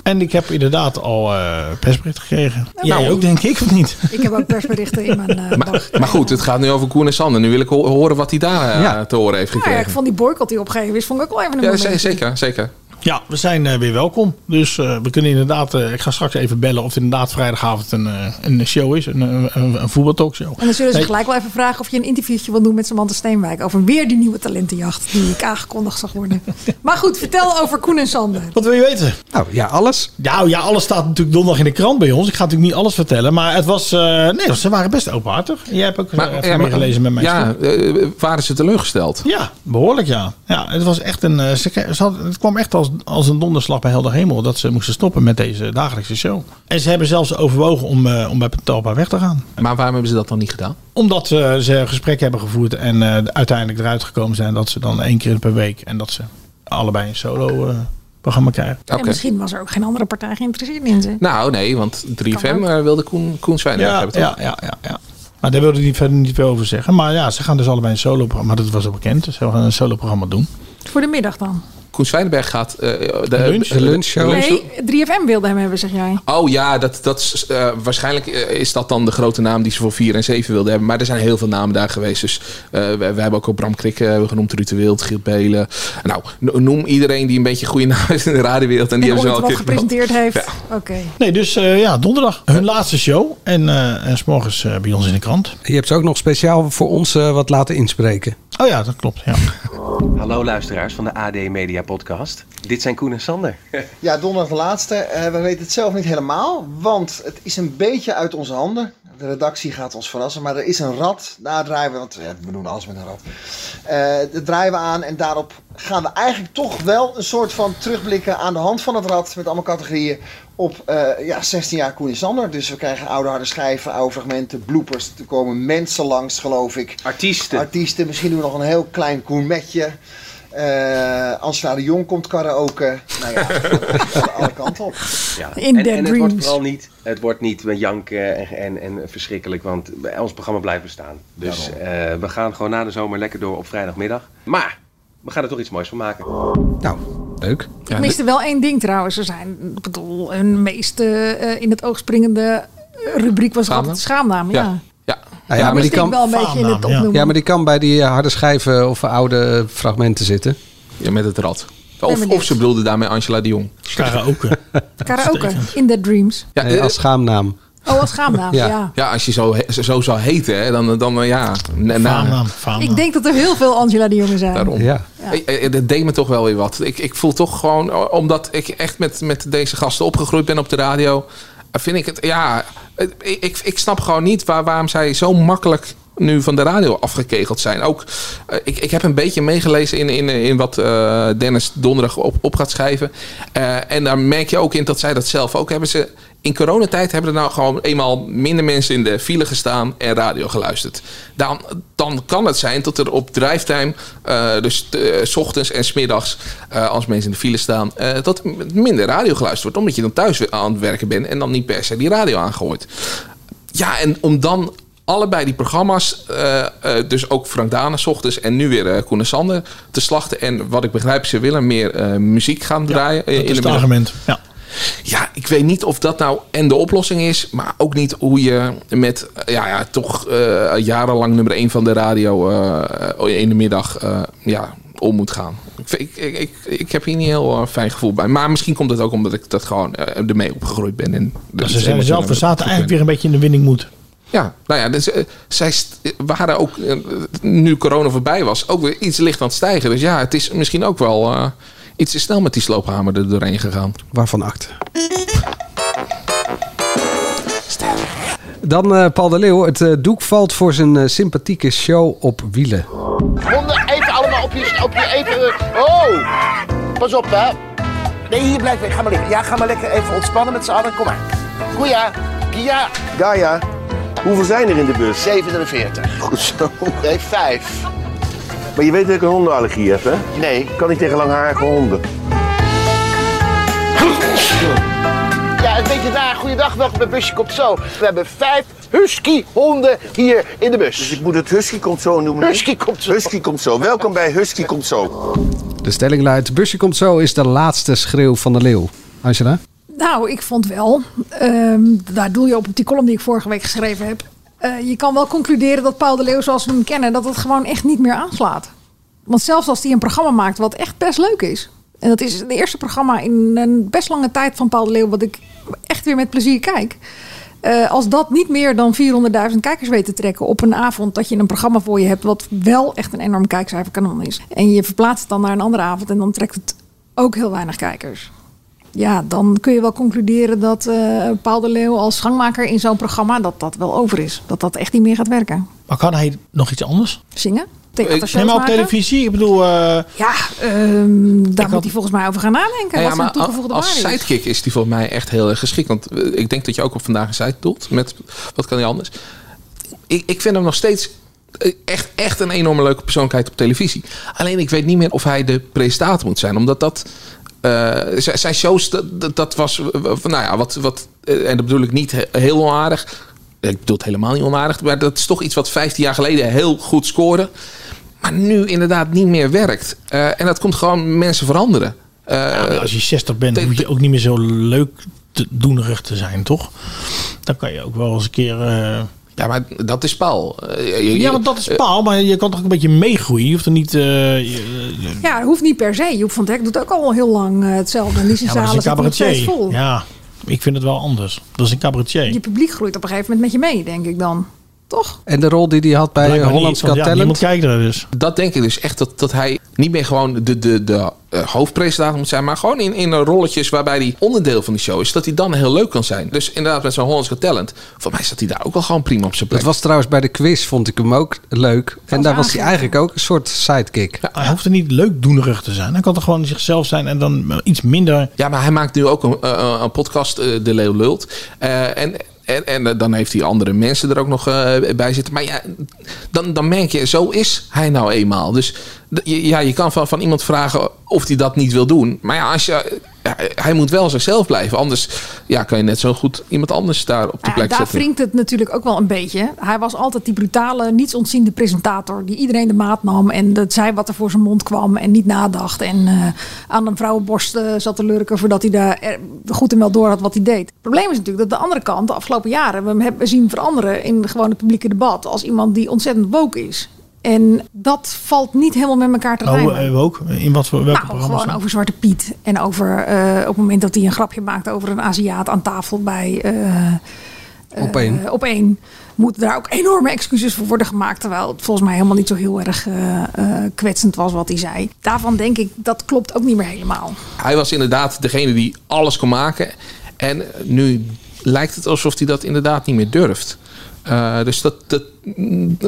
Speaker 10: en ik heb inderdaad al eh persberichten gekregen.
Speaker 3: Nou.
Speaker 10: Jij ook, denk ik, of niet?
Speaker 3: (laughs) Ik heb ook persberichten in mijn... eh,
Speaker 9: Maar, maar goed, het gaat nu over Koen en Sander. Nu wil ik ho- horen wat hij daar eh, te horen heeft
Speaker 3: nou ja, ik
Speaker 9: gekregen.
Speaker 3: vond die boycott die opgegeven is, vond ik ook wel even een
Speaker 9: Ja,
Speaker 3: momentje.
Speaker 9: ze- zeker, zeker.
Speaker 10: Ja, we zijn eh, weer welkom. Dus eh, we kunnen inderdaad. eh, ik ga straks even bellen of het inderdaad vrijdagavond een, eh, een show is. Een, een, een, een voetbaltalkshow.
Speaker 3: En dan zullen ze
Speaker 10: Nee,
Speaker 3: gelijk wel even vragen of je een interviewtje wil doen met Samantha Steenwijk over weer die nieuwe talentenjacht die ik aangekondigd zag (laughs) worden. Maar goed, vertel over Koen en Sander.
Speaker 10: Wat wil je weten?
Speaker 8: Nou ja, alles.
Speaker 10: Nou ja, alles staat natuurlijk donderdag in de krant bij ons. Ik ga natuurlijk niet alles vertellen. Maar het was. eh, nee, ze waren best openhartig. Jij hebt ook maar,
Speaker 9: ja,
Speaker 10: even meegelezen met mij.
Speaker 9: Ja, eh, waren ze teleurgesteld?
Speaker 10: Ja, behoorlijk ja. ja het, was echt een, eh, ze kre- ze had- het kwam echt als, als een donderslag bij helder hemel dat ze moesten stoppen met deze dagelijkse show. En ze hebben zelfs overwogen om, eh, om bij Talpa weg te gaan.
Speaker 9: Maar waarom hebben ze dat dan niet gedaan?
Speaker 10: Omdat eh, ze gesprekken hebben gevoerd en eh, uiteindelijk eruit gekomen zijn dat ze dan één keer per week en dat ze allebei een solo eh, programma krijgen.
Speaker 3: En misschien was er ook geen andere partij geïnteresseerd in ze.
Speaker 9: Nou, nee, want 3FM eh, wilde Koen, Koen Zwijnenberg
Speaker 10: Ja,
Speaker 9: hebben. toch?
Speaker 10: ja, ja, Maar daar wilde hij verder niet veel over zeggen. Maar ja, ze gaan dus allebei een solo programma. Dat was al bekend. Dus ze gaan een solo programma doen.
Speaker 3: Voor de middag dan.
Speaker 9: Koen Zwijnenberg gaat... eh, de
Speaker 8: lunch? De lunchshow?
Speaker 3: Nee, 3FM wilde hem hebben, zeg jij.
Speaker 9: Oh ja, dat, dat is, eh, waarschijnlijk eh, is dat dan de grote naam die ze voor 4 en 7 wilden hebben. Maar er zijn heel veel namen daar geweest. Dus eh, we, we hebben ook al Bram Krikke hebben we genoemd, Ruud de Wild, Giel Belen. Nou, no- noem iedereen die een beetje goede (laughs) naam is in de radiowereld. En die
Speaker 3: en ooit
Speaker 9: hebben ze
Speaker 3: wel
Speaker 9: al een keer genoemd.
Speaker 3: gepresenteerd heeft.
Speaker 9: Ja.
Speaker 3: Oké.
Speaker 10: Nee, dus eh, ja, donderdag. Hun laatste show. En, eh en s'morgens eh, bij ons in de krant.
Speaker 8: Je hebt ze ook nog speciaal voor ons eh, wat laten inspreken.
Speaker 10: Oh ja, dat klopt. Ja.
Speaker 17: Hallo luisteraars van de AD Media Podcast. Dit zijn Koen en Sander. (laughs)
Speaker 18: Ja, donderdag de laatste. Eh, we weten het zelf niet helemaal, want het is een beetje uit onze handen. De redactie gaat ons verrassen, maar er is een rad. Daar draaien we, want ja, we doen alles met een rad. Eh dat draaien we aan en daarop gaan we eigenlijk toch wel een soort van terugblikken aan de hand van het rad. Met allemaal categorieën op eh, ja, 16 jaar Koen en Sander. Dus we krijgen oude harde schijven, oude fragmenten, bloopers. Er komen mensen langs, geloof ik.
Speaker 13: Artiesten.
Speaker 18: Artiesten. Misschien doen we nog een heel klein koenmetje. Eh Angela de Jong komt karaoke. Nou ja, alle kanten op.
Speaker 17: Ja.
Speaker 18: In
Speaker 17: en,
Speaker 18: their
Speaker 17: en het
Speaker 18: dreams.
Speaker 17: wordt vooral niet, het wordt niet met janken en, en, en verschrikkelijk, want ons programma blijft bestaan. Dus eh, we gaan gewoon na de zomer lekker door op vrijdagmiddag. Maar we gaan er toch iets moois van maken.
Speaker 8: Nou, leuk.
Speaker 3: Ik miste wel één ding trouwens. Er zijn, ik bedoel, hun meest eh, in het oog springende rubriek was altijd schaamnaam. Ja.
Speaker 8: Ja.
Speaker 3: Ja, dat steekt wel een beetje in het opnoemen.
Speaker 8: ja, maar die kan bij die eh, harde schijven of oude eh, fragmenten zitten.
Speaker 9: Ja, met het rad.
Speaker 3: Ben
Speaker 9: Of,
Speaker 3: benieuwd.
Speaker 9: of ze bedoelden daarmee Angela de Jong. (laughs)
Speaker 10: Karaoke.
Speaker 3: Karaoke, in the dreams.
Speaker 9: Ja, eh,
Speaker 8: Nee, Eh, als schaamnaam.
Speaker 3: Oh, als schaamnaam, ja.
Speaker 9: Ja. ja. als je zo, he- zo zou heten, hè, dan, dan eh, ja. na- na-
Speaker 3: Ik denk dat er heel veel Angela de Jonge zijn.
Speaker 9: Daarom. Eh, eh, Dat deed me toch wel weer wat. Ik, ik voel toch gewoon, eh, omdat ik echt met, met deze gasten opgegroeid ben op de radio, eh, vind ik het, ja, eh, ik, ik, ik snap gewoon niet waar, waarom zij zo makkelijk nu van de radio afgekegeld zijn. Ook, eh, ik, ik heb een beetje meegelezen in, in, in wat eh, Dennis donderdag op, op gaat schrijven. Eh, en daar merk je ook in dat zij dat zelf ook hebben. Ze, in coronatijd hebben er nou gewoon eenmaal minder mensen in de file gestaan en radio geluisterd. Dan, dan kan het zijn dat er op drivetime, eh, dus eh, s ochtends en smiddags, eh als mensen in de file staan, eh, dat er minder radio geluisterd wordt. Omdat je dan thuis weer aan het werken bent en dan niet per se die radio aangooit. Ja, en om dan allebei die programma's, eh, eh, dus ook Frank Dana 's ochtends en nu weer eh Koen en Sander, te slachten. En wat ik begrijp, ze willen meer eh, muziek gaan draaien. eh,
Speaker 10: Dat
Speaker 9: in
Speaker 10: is
Speaker 9: de
Speaker 10: het
Speaker 9: middag.
Speaker 10: argument. Ja.
Speaker 9: Ja, ik weet niet of dat nou en de oplossing is, maar ook niet hoe je met ja, ja, toch eh, jarenlang nummer 1 van de radio eh, in de middag eh, ja, om moet gaan. Ik, vind- ik, ik, ik, ik heb hier niet heel eh, fijn gevoel bij. Maar misschien komt dat ook omdat ik dat gewoon eh, ermee opgegroeid ben. En
Speaker 10: Maar
Speaker 9: er
Speaker 10: ze zijn
Speaker 9: emotioneel
Speaker 10: zelf, we
Speaker 9: mee
Speaker 10: zaten
Speaker 9: opgegroeid
Speaker 10: eigenlijk weer een beetje in de winning moet.
Speaker 9: ja, nou ja, dus, eh, zij st- waren ook, eh, nu corona voorbij was, ook weer iets licht aan het stijgen. Dus ja, het is misschien ook wel eh, iets te snel met die sloophamer er doorheen gegaan.
Speaker 8: Waarvan acht? Dan eh, Paul de Leeuw. Het eh, doek valt voor zijn eh, sympathieke show op wielen.
Speaker 14: Honden, even allemaal op je, op je even. eh, Oh! Pas op, hè. Nee, hier blijf ik. Ga maar liggen. Ja, ga maar lekker even ontspannen met z'n allen. Kom maar. Goeia. Kia. Gaia.
Speaker 19: Hoeveel zijn er in de bus?
Speaker 14: 47.
Speaker 19: Goed zo.
Speaker 14: Nee, 5.
Speaker 19: Maar je weet dat ik een hondenallergie heb, hè?
Speaker 14: Nee.
Speaker 19: Kan ik tegen langharige honden?
Speaker 14: Ja, een beetje daar. Goeiedag, welkom bij Busje Komt Zo. We hebben vijf husky-honden hier in de bus.
Speaker 19: Dus ik moet het Husky komt zo noemen. Husky komt zo. Husky komt zo. Welkom bij Husky komt zo.
Speaker 8: De stelling luidt: Busje komt zo is de laatste schreeuw van de leeuw. Angela?
Speaker 3: Nou, ik vond wel, ehm, daar doe je op, op die column die ik vorige week geschreven heb. eh, je kan wel concluderen dat Paul de Leeuw zoals we hem kennen, dat het gewoon echt niet meer aanslaat. Want zelfs als hij een programma maakt wat echt best leuk is. En dat is het eerste programma in een best lange tijd van Paul de Leeuw wat ik echt weer met plezier kijk. Eh, als dat niet meer dan 400.000 kijkers weet te trekken op een avond dat je een programma voor je hebt wat wel echt een enorm kijkcijferkanon is. En je verplaatst het dan naar een andere avond en dan trekt het ook heel weinig kijkers. Ja, dan kun je wel concluderen dat eh Paul de Leeuw als gangmaker in zo'n programma dat dat wel over is. Dat dat echt niet meer gaat werken.
Speaker 10: Maar kan hij nog iets anders?
Speaker 3: Zingen? Theatershows
Speaker 10: Neem maar op
Speaker 3: maken?
Speaker 10: televisie. Ik bedoel, eh,
Speaker 3: Ja, ehm, daar moet hij volgens mij over gaan nadenken.
Speaker 9: Nou
Speaker 3: wat
Speaker 9: ja,
Speaker 3: zijn
Speaker 9: maar
Speaker 3: toegevoegde
Speaker 9: als
Speaker 3: waarde is.
Speaker 9: sidekick is die volgens mij echt heel erg geschikt. Want eh, ik denk dat je ook op vandaag een site doelt. Met wat kan hij anders? Ik, ik vind hem nog steeds eh, echt, echt een enorme leuke persoonlijkheid op televisie. Alleen ik weet niet meer of hij de presentator moet zijn. Omdat dat. eh, z- zijn shows, dat, dat, dat was. eh, w- w- nou ja, wat. wat eh, en dat bedoel ik niet he- heel onaardig. Ik bedoel het helemaal niet onaardig. Maar dat is toch iets wat 15 jaar geleden heel goed scoorde. Maar nu inderdaad niet meer werkt. Eh, en dat komt gewoon mensen veranderen. Eh,
Speaker 10: Als je 60 bent,
Speaker 8: Eh,
Speaker 10: hoef je ook niet meer zo leuk te, doenerig te zijn, toch? Dan kan je ook wel eens een keer... eh,
Speaker 9: Ja, maar dat is Eh, paal.
Speaker 8: Eh,
Speaker 10: ja, want dat is paal, maar je kan toch ook een beetje meegroeien? Je hoeft er niet... eh, je- je-
Speaker 3: Ja, dat hoeft niet per se. Joep van Dijk doet ook al heel lang eh, hetzelfde. En die zijn
Speaker 10: Ja, maar dat
Speaker 3: zalen
Speaker 10: is een
Speaker 3: zitten nog steeds
Speaker 10: cabaretier.
Speaker 3: vol.
Speaker 10: Ja, ik vind het wel anders. Dat is een cabaretier.
Speaker 3: Je publiek groeit op een gegeven moment met je mee, denk ik dan. Toch?
Speaker 8: En de rol die hij had bij eh, Hollands Got Talent.
Speaker 10: kijkt er dus.
Speaker 9: Dat denk ik dus echt dat, dat hij niet meer gewoon de, de, de eh, hoofdpresentator moet zijn. Maar gewoon in, in rolletjes waarbij hij onderdeel van die show is. Dat hij dan heel leuk kan zijn. Dus inderdaad met zo'n Hollands Got Talent. Voor mij zat hij daar ook wel gewoon prima op zijn plek.
Speaker 8: Het was trouwens bij de quiz, vond ik hem ook leuk. En daar was hij eigenlijk ook een soort sidekick.
Speaker 10: Hij hoeft er niet leuk doenerig te zijn. Hij kan er gewoon zichzelf zijn en dan iets minder...
Speaker 9: Ja, maar hij maakt nu ook een, eh, een podcast, eh, De Leeuw Lult. Eh, en, en, en eh, dan heeft hij andere mensen er ook nog eh, bij zitten. Maar ja, dan, dan merk je, zo is hij nou eenmaal. Dus d- je- ja, je kan van, van iemand vragen of hij dat niet wil doen. Maar ja, als je, ja, hij moet wel zichzelf blijven. Anders ja, kan je net zo goed iemand anders daar op de
Speaker 3: Nou Ja,
Speaker 9: plek
Speaker 3: daar
Speaker 9: zetten.
Speaker 3: wringt het natuurlijk ook wel een beetje. Hij was altijd die brutale, nietsontziende presentator. Die iedereen de maat nam en dat zei wat er voor zijn mond kwam en niet nadacht. En eh, aan een vrouwenborst eh, zat te lurken voordat hij daar er- goed en wel door had wat hij deed. Het probleem is natuurlijk dat de andere kant de afgelopen jaren we hem hebben zien veranderen in gewoon het publieke debat. Als iemand die ontzettend woke is. En dat valt niet helemaal met elkaar te rijmen.
Speaker 10: Nou, eh, ook. In wat voor welke
Speaker 3: Nou,
Speaker 10: programma's?
Speaker 3: gewoon
Speaker 10: dan?
Speaker 3: over Zwarte Piet. En over eh, op het moment dat hij een grapje maakt over een Aziat aan tafel bij. eh, eh,
Speaker 8: Op één.
Speaker 3: op één. Moeten daar ook enorme excuses voor worden gemaakt. Terwijl het volgens mij helemaal niet zo heel erg eh, eh, kwetsend was wat hij zei. Daarvan denk ik dat klopt ook niet meer helemaal.
Speaker 9: Hij was inderdaad degene die alles kon maken. En nu lijkt het alsof hij dat inderdaad niet meer durft. Eh, dus dat, dat,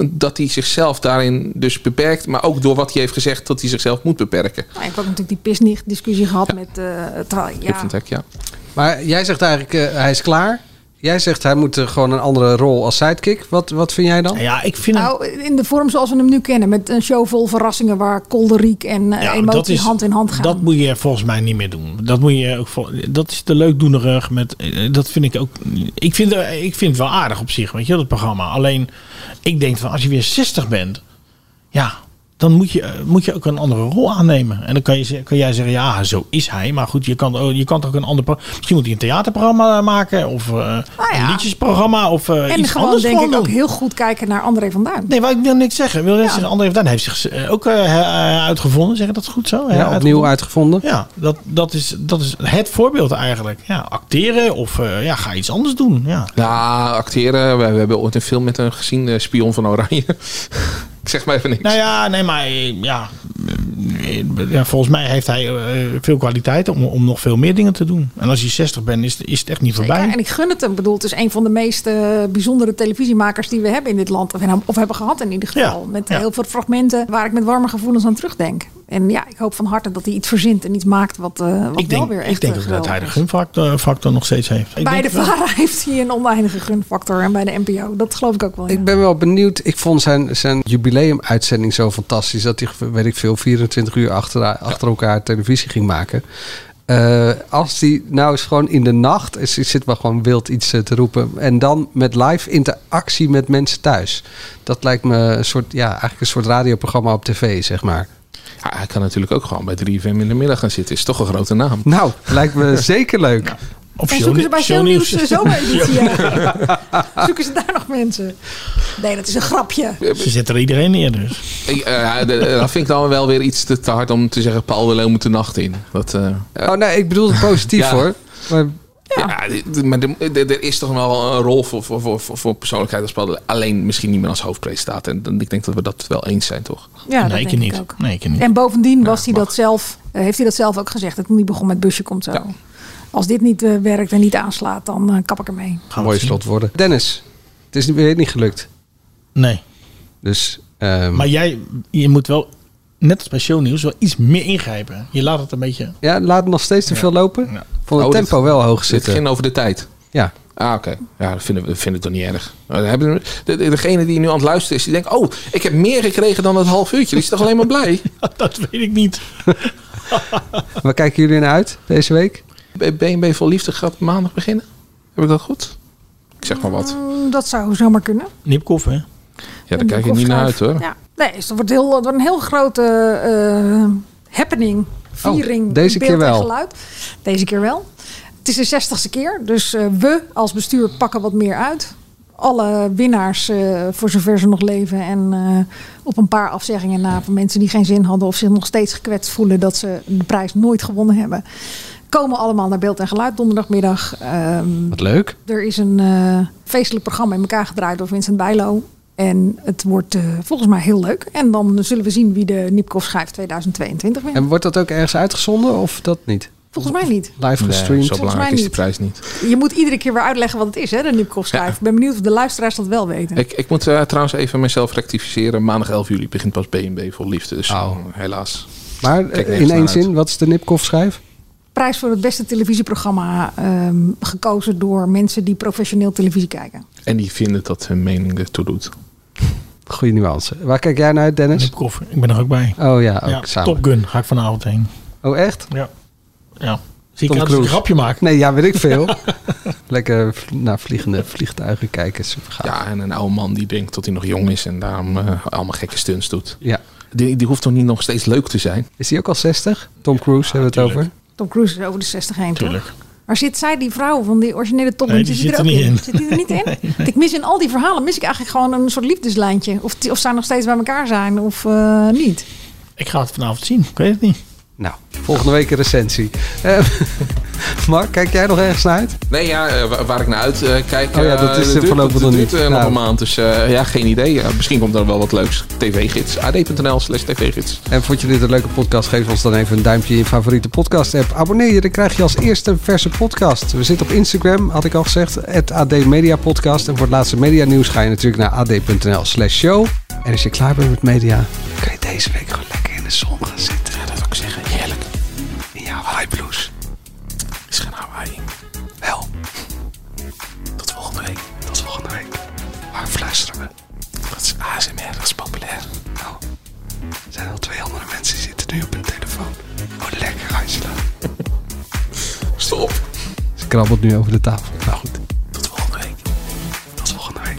Speaker 9: dat hij zichzelf daarin dus beperkt. Maar ook door wat hij heeft gezegd dat hij zichzelf moet beperken.
Speaker 3: Nou, ik heb ook natuurlijk die pisnicht discussie gehad met. eh, terwijl-
Speaker 9: Joep
Speaker 3: ja,
Speaker 9: van Dijk, ja.
Speaker 8: Maar jij zegt eigenlijk, eh, hij is klaar. Jij zegt, hij moet eh, gewoon een andere rol als sidekick. Wat, wat vind jij dan?
Speaker 10: Ja, ik vind
Speaker 3: nou, in de vorm zoals we hem nu kennen. Met een show vol verrassingen waar kolderiek en eh,
Speaker 10: Ja,
Speaker 3: emotie hand in hand gaan.
Speaker 10: Dat moet je volgens mij niet meer doen. Dat moet je ook vol- dat is te leukdoenerig met eh, dat vind ik ook ik vind eh, ik vind het wel aardig op zich, weet je, dat programma. Alleen ik denk van als je weer 60 bent, ja, dan moet je, eh, moet je ook een andere rol aannemen. En dan kan, je, ze- kan jij zeggen, ja, zo is hij. Maar goed, je kan, oh, je kan toch ook een ander... pro- Misschien moet hij een theaterprogramma maken. Of eh, een liedjesprogramma. Of eh,
Speaker 3: Nou en
Speaker 10: iets
Speaker 3: gewoon
Speaker 10: anders
Speaker 3: denk
Speaker 10: gewoon
Speaker 3: ik ook
Speaker 10: doen.
Speaker 3: heel goed kijken naar André van Duin.
Speaker 10: Nee, maar ik wil niks zeggen. Ik Wil net zeggen, André van Duin heeft zich eh, ook eh, he- eh, uitgevonden. Zeggen dat goed zo? He-
Speaker 8: Ja, opnieuw uitgevonden.
Speaker 10: Ja, dat, dat, is, dat is het voorbeeld eigenlijk. Ja, acteren of eh, ja, ga iets anders doen. Ja.
Speaker 9: Nou, acteren. We, we hebben ooit een film met hem gezien. eh, Spion van Oranje. (laughs) ik zeg maar even niks.
Speaker 10: Nou ja, nee, maar eh, ja, eh, ja, volgens mij heeft hij eh, veel kwaliteit om, om nog veel meer dingen te doen. En als je 60 bent, is, is het echt niet voorbij.
Speaker 3: Ja, en ik gun het hem. Ik bedoel, het is een van de meest eh, bijzondere televisiemakers die we hebben in dit land. Of, of hebben gehad in ieder geval. met heel veel fragmenten waar ik met warme gevoelens aan terugdenk. En ja, ik hoop van harte dat hij iets verzint en iets maakt wat, eh, wat
Speaker 10: ik denk,
Speaker 3: wel weer echt
Speaker 10: ik denk
Speaker 3: eh,
Speaker 10: ook dat
Speaker 3: geweldig
Speaker 10: hij de
Speaker 3: is.
Speaker 10: gunfactor eh, factor nog steeds heeft.
Speaker 3: Bij
Speaker 10: Ik
Speaker 3: de
Speaker 10: denk het wel.
Speaker 3: VARA (laughs) heeft hij een oneindige gunfactor. En bij de NPO, dat geloof ik ook wel. ja.
Speaker 8: Ik ben wel benieuwd. Ik vond zijn, zijn jubileumuitzending zo fantastisch. Dat hij, weet ik veel, 24 uur achter, achter elkaar televisie ging maken. Eh, als hij nou eens gewoon in de nacht... is- zit wel gewoon wild iets eh, te roepen. En dan met live interactie met mensen thuis. Dat lijkt me een soort, ja, eigenlijk een soort radioprogramma op tv, zeg maar.
Speaker 9: Ja, hij kan natuurlijk ook gewoon bij 3FM in de middag gaan zitten. Is toch een grote naam.
Speaker 8: Nou, lijkt
Speaker 10: (laughs)
Speaker 8: me zeker leuk.
Speaker 3: en zoeken ze bij Shownieuws de
Speaker 10: (laughs)
Speaker 3: zomereditie. ja. (laughs) zoeken ze daar nog mensen? Nee, dat is een grapje.
Speaker 10: Ze zetten er iedereen neer dus.
Speaker 9: Ik, eh, de- eh, dat vind ik dan wel weer iets te, te hard om te zeggen... Paul de Leeuw moet de nacht in. Dat, eh,
Speaker 8: Oh nee, ik bedoel het positief
Speaker 9: (laughs) Ja.
Speaker 8: hoor. Maar
Speaker 9: Ja, dit- dit- maar de- de- er is toch wel een rol voor, voor, voor, voor, voor persoonlijkheid als Paul. Alleen misschien niet meer als hoofdpresentator. En dan- ik denk dat we dat wel eens zijn, toch?
Speaker 3: Ja, dat Nee, ik denk niet. ik ook.
Speaker 10: Nee, ik niet.
Speaker 3: En bovendien was hij dat zelf, eh, heeft hij dat zelf ook gezegd. Dat toen hij begon met busje komt zo. Als dit niet eh, werkt en niet aanslaat, dan eh, kap ik ermee.
Speaker 8: mooi slot worden. Dennis, het is niet- weer niet gelukt.
Speaker 10: Nee.
Speaker 8: Dus, ehm,
Speaker 10: Maar jij je moet wel, net als bij shownieuws, wel iets meer ingrijpen. Je laat het een beetje... (laughs)
Speaker 8: ja, laat hem nog steeds te veel lopen. Vond het
Speaker 9: Oh,
Speaker 8: tempo
Speaker 9: dit-
Speaker 8: wel hoog
Speaker 9: Dit
Speaker 8: zitten.
Speaker 9: ging over de tijd.
Speaker 8: Ja.
Speaker 9: Ah, oké. Ja, dat vinden we, dat vinden we toch niet erg. Nou, dan hebben we- de- de- Degene die nu aan het luisteren is, die denkt... Oh, ik heb meer gekregen dan dat half uurtje. Die is toch alleen maar (laughs) blij?
Speaker 10: dat weet ik niet.
Speaker 8: Waar kijken jullie naar uit deze week?
Speaker 9: BNB Vol Liefde gaat maandag beginnen. Heb ik dat goed? Ik zeg maar wat.
Speaker 3: Mm, dat zou zomaar kunnen.
Speaker 10: Nipkoff, hè?
Speaker 9: Ja, daar kijk ik niet naar uit, hoor.
Speaker 3: Ja. Nee, dus dat wordt, heel, dat wordt een heel grote eh, happening, viering.
Speaker 8: Oh, deze
Speaker 3: in beeld
Speaker 8: keer wel.
Speaker 3: En geluid. Deze keer wel. Het is de zestigste keer, dus eh, we als bestuur pakken wat meer uit. Alle winnaars, eh, voor zover ze nog leven. En eh, op een paar afzeggingen na van mensen die geen zin hadden of zich nog steeds gekwetst voelen dat ze de prijs nooit gewonnen hebben. Komen allemaal naar beeld en geluid donderdagmiddag. Ehm,
Speaker 8: Wat leuk.
Speaker 3: er is een eh, feestelijk programma in elkaar gedraaid door Vincent Bijlo. En het wordt eh, volgens mij heel leuk. En dan zullen we zien wie de Nipkoff schijf 2022 wint.
Speaker 8: En wordt dat ook ergens uitgezonden of dat niet?
Speaker 3: Volgens mij niet.
Speaker 8: Live
Speaker 9: Nee,
Speaker 8: gestreamd?
Speaker 9: zo
Speaker 3: mij
Speaker 9: belangrijk is de
Speaker 3: niet.
Speaker 9: prijs niet.
Speaker 3: Je moet iedere keer weer uitleggen wat het is, hè, de Nipkoff schijf. Ik ben benieuwd of de luisteraars dat wel weten.
Speaker 9: Ik, ik moet eh, trouwens even mezelf rectificeren. Maandag 11 juli begint pas BNB vol liefde. Dus helaas.
Speaker 8: Maar
Speaker 9: Kijk er
Speaker 8: eh,
Speaker 9: even
Speaker 8: in
Speaker 9: naar
Speaker 8: één
Speaker 9: uit.
Speaker 8: zin, wat is de Nipkoff schijf?
Speaker 3: Prijs voor het beste televisieprogramma ehm, gekozen door mensen die professioneel televisie kijken.
Speaker 9: En die vinden dat hun mening ertoe doet.
Speaker 8: Goede nuance. Waar kijk jij naar uit, Dennis?
Speaker 10: Nipkoff. Ik ben er ook bij.
Speaker 8: Oh ja, ook
Speaker 10: Ja,
Speaker 8: samen.
Speaker 10: Top Gun ga ik vanavond heen.
Speaker 8: Oh echt?
Speaker 10: Ja. Ja. Zie
Speaker 8: Tom
Speaker 10: ik dus
Speaker 8: Cruise.
Speaker 10: een grapje maken.
Speaker 8: Nee, ja, weet ik veel.
Speaker 10: (laughs)
Speaker 8: Lekker vl- naar vliegende vliegtuigen kijken. Super gaaf.
Speaker 9: Ja, en een oude man die denkt dat hij nog jong is en daarom eh, allemaal gekke stunts doet.
Speaker 8: Ja.
Speaker 9: Die, die hoeft toch niet nog steeds leuk te zijn?
Speaker 8: Is hij ook al 60? Tom Cruise hebben we het over.
Speaker 3: Tom Cruise is over de 60 heen, toch? Maar zit zij, die vrouw van die originele Tom,
Speaker 8: Nee, die
Speaker 3: zit, die er ook
Speaker 8: zit
Speaker 3: in? Zit
Speaker 8: er niet in.
Speaker 3: die er niet in?
Speaker 8: (laughs)
Speaker 3: Want Ik mis in al die verhalen, mis ik eigenlijk gewoon een soort liefdeslijntje. Of, die- of zij nog steeds bij elkaar zijn of eh, niet.
Speaker 10: Ik ga het vanavond zien. Ik weet het niet.
Speaker 8: Nou, volgende week een recensie. Eh, (laughs) Mark, kijk jij nog ergens naar uit?
Speaker 9: Nee, ja, eh, wa- waar ik naar uit eh, kijk.
Speaker 8: Oh ja,
Speaker 9: eh,
Speaker 8: dat is, eh,
Speaker 9: duurt-
Speaker 8: voorlopig
Speaker 9: dat
Speaker 8: nog
Speaker 9: duurt,
Speaker 8: niet.
Speaker 9: eh, nog
Speaker 8: Nou.
Speaker 9: een maand, dus eh, ja, geen idee. Ja, misschien komt er wel wat leuks. TV-gids. ad.nl slash tv-gids.
Speaker 8: En vond je dit een leuke podcast? Geef ons dan even een duimpje in je favoriete podcast app. Abonneer je, dan krijg je als eerste een verse podcast. We zitten op Instagram, had ik al gezegd, het AD Media Podcast. En voor het laatste media nieuws ga je natuurlijk naar ad.nl slash show. En als je klaar bent met media, kun je deze week gewoon lekker in de zon gaan zitten. Ja, dat wil ik zeggen. Heerlijk. In je Hawaii Blues.
Speaker 9: Is geen Hawaii.
Speaker 8: Wel.
Speaker 9: Tot volgende week.
Speaker 8: Tot volgende week. Waar fluisteren we?
Speaker 9: Dat is ASMR, dat is populair.
Speaker 8: Nou, er zijn al twee andere mensen die zitten nu op hun telefoon. Oh, lekker, ga je slapen.
Speaker 9: (laughs) Stop.
Speaker 8: Ze krabbelt nu over de tafel. Nou goed.
Speaker 9: Tot volgende week.
Speaker 8: Tot volgende week.